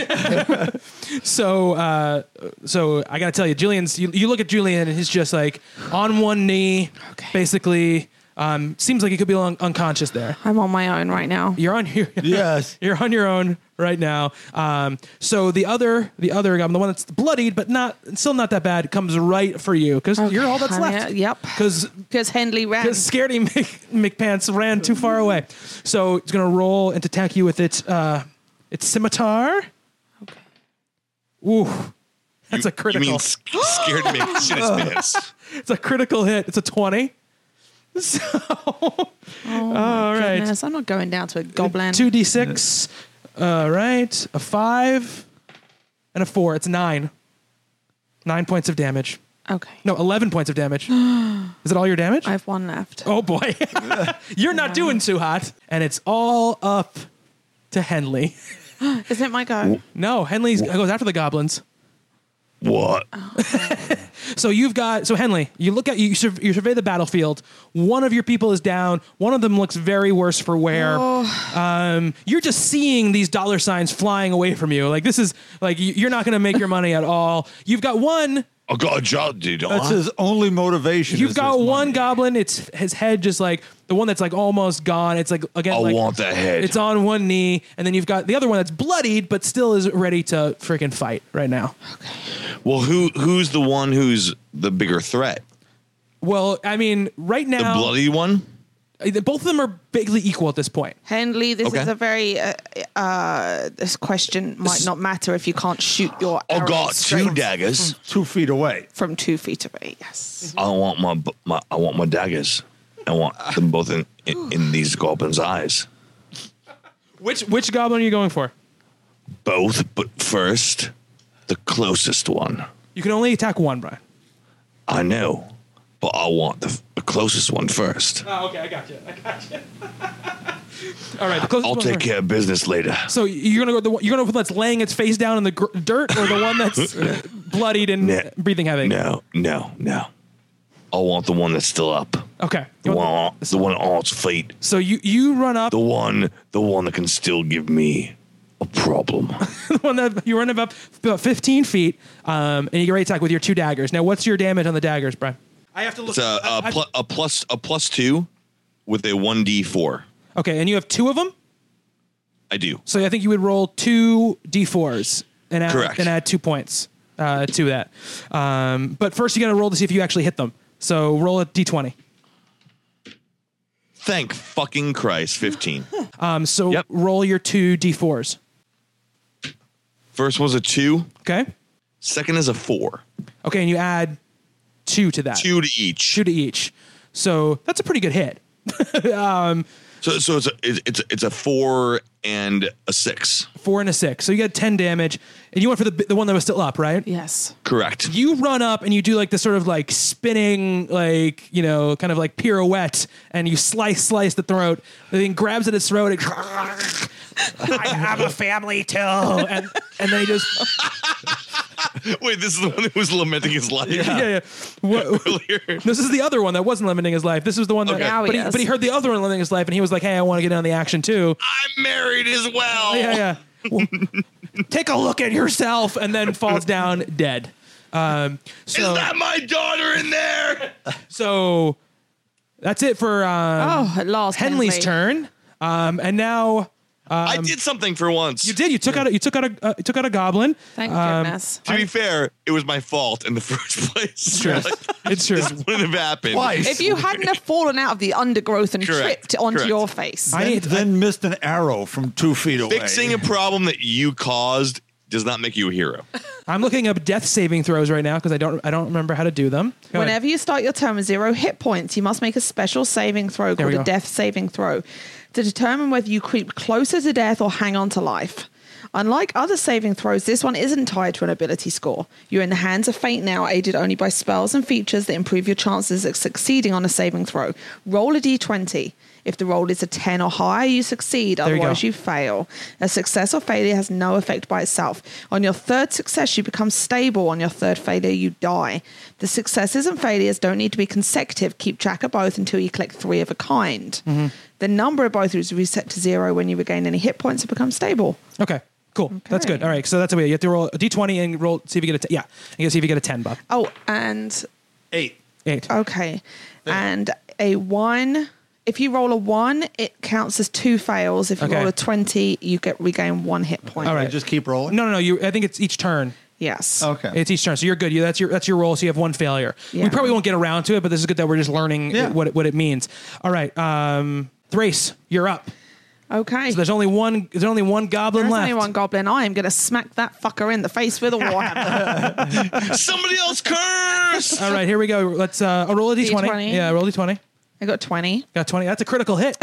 S1: so uh, so I gotta tell you, Julian's. You, you look at Julian and he's just like on one knee,
S2: Okay.
S1: basically. Um, seems like he could be un- unconscious there.
S2: I'm on my own right now.
S1: You're on (laughs) here.
S3: Yes.
S1: You're on your own right now. Um, so the other, the other goblin, the one that's bloodied but not still not that bad, comes right for you because you're all that's
S2: I'm
S1: left.
S2: here. Yep.
S1: Because
S2: Because Henley ran.
S1: Scaredy (laughs) Mc, McPants ran too far away, so it's gonna roll and attack you with its uh, its scimitar. Ooh, that's a critical.
S4: You mean sc- scared me? Shit, it's pants.
S1: it's a critical hit. It's a twenty. So all right.
S2: Oh Goodness, I'm not going down to a goblin.
S1: Two d six. All right, a five and a four. It's nine. Nine points of damage.
S2: okay.
S1: No, eleven points of damage. Is it all your damage?
S2: I have one left.
S1: oh boy, (laughs) you're not doing too hot. And it's all up to Henley. (laughs)
S2: Isn't it my go?
S1: No, Henley goes after the goblins.
S4: What?
S1: (laughs) So you've got so Henley. You look at you, sur- you survey the battlefield. One of your people is down. One of them looks very worse for wear. Um, you're just seeing these dollar signs flying away from you. Like this is like you- you're not going to make your money at all. You've got one.
S4: I got a job, dude.
S3: That's his only motivation.
S1: You've
S3: is
S1: got
S3: his
S1: one
S3: money.
S1: goblin. It's his head just like the one that's like almost gone. It's like again.
S4: I
S1: like,
S4: want that head.
S1: It's on one knee, and then you've got the other one that's bloodied but still is ready to freaking fight right now.
S4: well, who who's the one who's the bigger threat?
S1: Well, I mean, right
S4: The
S1: now, uh,
S4: bloody one?
S1: both of them are basically equal at this point.
S2: Henley, this
S4: Okay.
S2: is a very uh, uh, this question might not matter if you can't shoot your
S4: I
S1: Oh,
S2: arrow
S4: got Oh, two
S2: straight
S4: daggers.
S3: two feet away.
S2: from two feet away. Yes.
S4: I want my, b- my I want my daggers. I want them both in, in, in these goblins' eyes.
S1: Which which goblin are you going for?
S4: Both, but first, the closest one.
S1: You can only attack one, Brian.
S4: I know, but I want the, the closest one first.
S1: Oh, okay, I got you. I got you. (laughs) All right, the closest
S4: I'll
S1: one
S4: take
S1: first.
S4: care of business later.
S1: So you're gonna go the one- you're gonna go for the one that's laying its face down in the gr- dirt, or the one (laughs) that's uh, bloodied and
S4: Yeah.
S1: breathing heavy.
S4: No, no, no. I want the one that's still up.
S1: Okay.
S4: The one, on- the one on its feet.
S1: So you you run up (laughs)
S4: The
S1: the
S4: one, the one that can still give me
S1: (laughs)
S4: a problem.
S1: one that you run up about- about 15 feet, um, and you get ready to attack with your two daggers. Now, what's your damage on the daggers, Brian? I have to look.
S4: It's a, a, pl- a plus a plus two with a one d four.
S1: okay, and you have two of them,
S4: I do.
S1: so I think you would roll two d4s and add,
S4: Correct.
S1: and add two points uh, to that. Um, but first, you got to roll to see if you actually hit them. So roll a d20.
S4: Thank fucking Christ. Fifteen.
S1: Um, so
S4: Yep.
S1: roll your two d4s.
S4: First was a two.
S1: Okay.
S4: Second is a four.
S1: Okay, and you add two to that.
S4: Two to each.
S1: Two to each. So that's a pretty good hit. um,
S4: So so it's a, it's it's- it's a four and a six.
S1: Four and a six. So you got 10 damage. And you went for the, the one that was still up, right?
S2: Yes.
S4: Correct.
S1: you run up and you do like this sort of like spinning, like, you know, kind of like pirouette, and you slice, slice the throat. The thing grabs at his throat. And (laughs) I have a family too. And, and then he just,
S4: (laughs) Wait, this is the one that was lamenting his life
S1: yeah, yeah. What- (laughs)
S4: (laughs) earlier.
S1: this is the other one that wasn't limiting his life. This was the one that,
S4: Okay. Now
S2: he
S1: but, he,
S2: is.
S1: but he heard the other one limiting his life, and he was like, "Hey, I want to get in on the action too."
S4: I'm married as well.
S1: yeah, yeah. Well, take a look at yourself, and then falls down dead. Um, so,
S4: Is that my daughter in there?
S1: so that's it for um,
S2: Oh, at last.
S1: Henley's
S2: Henley.
S1: turn. Um, and now
S4: I did something for once.
S1: Um, you did. You took out. A, you took out a. Uh, you took out a goblin.
S2: Thank
S1: Um,
S2: goodness.
S4: To be fair, it was my fault in the (laughs) first place.
S3: (laughs)
S1: True.
S4: (laughs) Like,
S1: It's true.
S4: this wouldn't have happened.
S3: Twice.
S2: If you hadn't have fallen out of the undergrowth and
S4: Correct,
S2: tripped onto
S4: correct.
S2: your face,
S1: I
S3: then,
S1: need-
S3: then missed an arrow from two feet away.
S4: Fixing a problem that you caused does not make you
S1: (laughs)
S4: a hero.
S1: (laughs) I'm looking up death saving throws right now because I don't. I don't remember how to do them. Go ahead.
S2: Whenever you start your turn with zero hit points, you must make a special saving throw
S1: we
S2: called
S1: go.
S2: a death saving throw to determine whether you creep closer to death or hang on to life. Unlike other saving throws, this one isn't tied to an ability score. You're in the hands of fate now, aided only by spells and features that improve your chances of succeeding on a saving throw. Roll a d20. If the roll is a 10 or higher, you succeed.
S1: you go.
S2: Otherwise, you fail. A success or failure has no effect by itself. On your third success, you become stable. On your third failure, you die. The successes and failures don't need to be consecutive. Keep track of both until you collect three of a kind.
S1: Mm-hmm.
S2: The number of both is reset to zero when you regain any hit points and become stable.
S1: Okay. Cool. That's good.
S2: Okay.
S1: All right. So that's the way you have to roll a d20 and roll. See if you get a. T- yeah. And you see if you get a ten, Bob.
S2: Oh, and
S3: eight.
S1: Eight.
S2: okay. And a one. If you roll a one, it counts as two fails. If you
S1: Okay.
S2: roll a 20, you get regain one hit point.
S1: All
S3: I
S1: right.
S3: just keep rolling.
S1: No, no, no. You. I think it's each turn.
S2: Yes.
S3: Okay.
S1: It's each turn. So you're good. You, that's your that's your roll. So you have one failure. We
S2: Yeah.
S1: probably won't get around to it, but this is good that we're just learning
S3: Yeah.
S1: what it, what it means. All right. Um, Thrace, you're up.
S2: Okay.
S1: So there's only one. There's only one goblin
S2: There's
S1: left.
S2: only one goblin. I am going to smack that fucker in the
S1: (laughs)
S2: face with a warhammer.
S4: Somebody else curse.
S1: All right. Here we go. Let's uh, oh, roll a d20.
S2: D20.
S1: Yeah. Roll a d20.
S2: I got 20.
S1: Got 20. That's a critical
S2: (laughs)
S1: hit.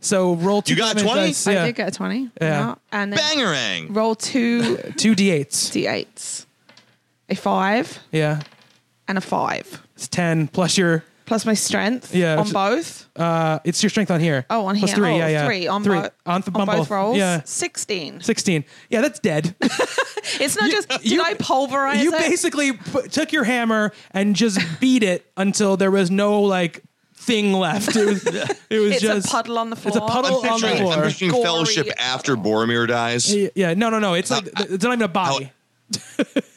S1: so roll two.
S4: You got
S1: damage
S4: 20?
S1: dice.
S2: I
S1: Yeah.
S2: did get a 20.
S1: Yeah.
S2: And then
S4: Bangerang.
S2: roll two
S1: (laughs) Two d8s.
S2: d8s. A 5
S1: Yeah.
S2: and a 5.
S1: It's 10 plus your.
S2: Plus my strength
S1: Yeah,
S2: on
S1: which-
S2: both.
S1: Uh, it's your strength on here.
S2: Oh, on
S1: Plus
S2: here.
S1: three.
S2: Oh,
S1: yeah, yeah.
S2: Three on,
S1: three.
S2: bo-
S1: on, th- on
S2: both, rolls.
S1: Yeah.
S2: 16.
S1: 16. Yeah, that's
S2: (laughs)
S1: dead.
S2: It's not just, did
S1: you-
S2: I pulverize
S1: you
S2: it?
S1: basically pu- took your hammer and
S2: (laughs)
S1: just beat it until there was no like thing left. (laughs) It was, it was
S2: It's a
S1: just
S2: puddle on the
S1: It's a
S2: floor.
S1: puddle
S4: I'm
S1: on the
S4: picturing, I'm
S1: floor.
S4: picturing
S2: Gory.
S4: Fellowship after Boromir dies.
S1: Yeah, no, no, no. It's like
S4: Uh, I-
S1: it's not even a body.
S2: it's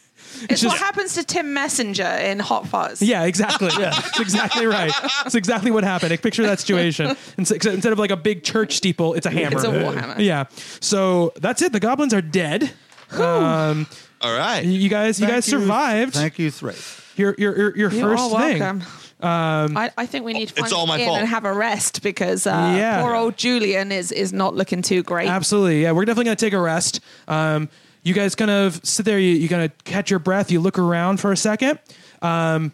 S1: just-
S2: what happens to Tim Messenger in Hot Fuzz.
S1: Yeah, exactly.
S2: (laughs)
S1: Yeah, that's exactly right. It's exactly what happened. Like, Picture that situation. Ins- except Instead of like a big church steeple, it's a hammer.
S2: It's a warhammer.
S1: Yeah. So that's it. The goblins are dead. Um,
S4: All right.
S1: you- you guys, you
S3: Thank
S1: guys survived
S3: Thank you, Thrace.
S1: your your your, your
S2: You
S1: first
S2: are
S1: thing. Um,
S2: welcome. I, I think we need to
S4: it's
S2: find
S4: all my
S2: Ian
S4: fault.
S2: and have a rest because uh,
S1: Yeah.
S2: poor old Julian is is not looking too great.
S1: Absolutely. Yeah, we're definitely gonna take a rest. Um, you guys kind of sit there. You you kind of catch your breath. You look around for a second. Um,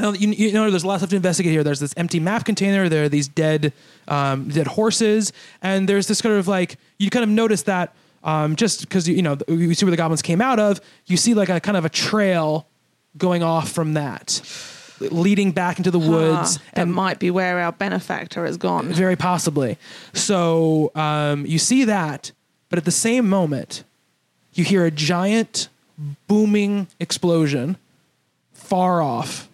S1: you, you know, there's lots left to investigate here. There's this empty map container. There are these dead, um, dead horses, and there's this kind of like you kind of notice that um, just because you know you you see where the goblins came out of. You see like a kind of a trail going off from that, leading back into the woods,
S2: Ah, that might be where our benefactor has gone.
S1: very possibly. So um, you see that, but at the same moment, you hear a giant booming explosion far off,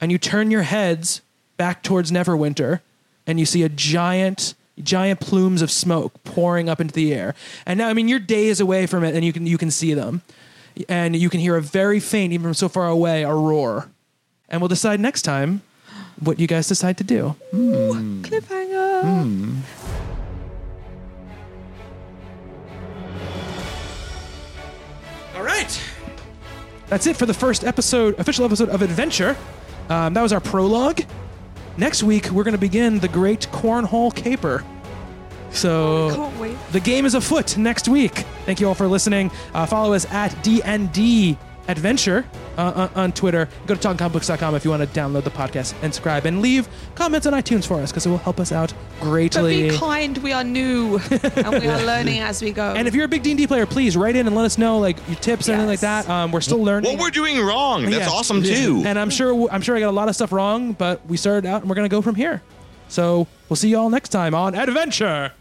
S1: and you turn your heads back towards Neverwinter, and you see a giant, giant plumes of smoke pouring up into the air. And now, I mean, you're days away from it, and you can you can see them, and you can hear a very faint, even from so far away, a roar. And we'll decide next time what you guys decide to do.
S2: Cliffhanger.
S1: Mm. All right. That's it for the first episode, official episode of Adventure. Um, that was our prologue. Next week, we're going to begin the Great Cornhole Caper. So,
S2: wait.
S1: the game is afoot next week. Thank you all for listening. Uh, follow us at DND Adventure uh, on, on Twitter. Go to talkingcomics.com if you want to download the podcast and subscribe and leave comments on iTunes for us because it will help us out
S2: But
S1: greatly.
S2: be kind. We are new and we
S1: (laughs)
S2: are learning as we go.
S1: And if you're a big D and D player, please write in and let us know like your tips and anything like
S2: Yes.
S1: that. Um, we're still learning.
S4: What we're doing wrong. That's
S1: Yeah.
S4: awesome
S1: Yeah.
S4: too.
S1: And I'm sure I'm sure I got a lot of stuff wrong, but we started out and we're gonna go from here. So we'll see you all next time on Adventure.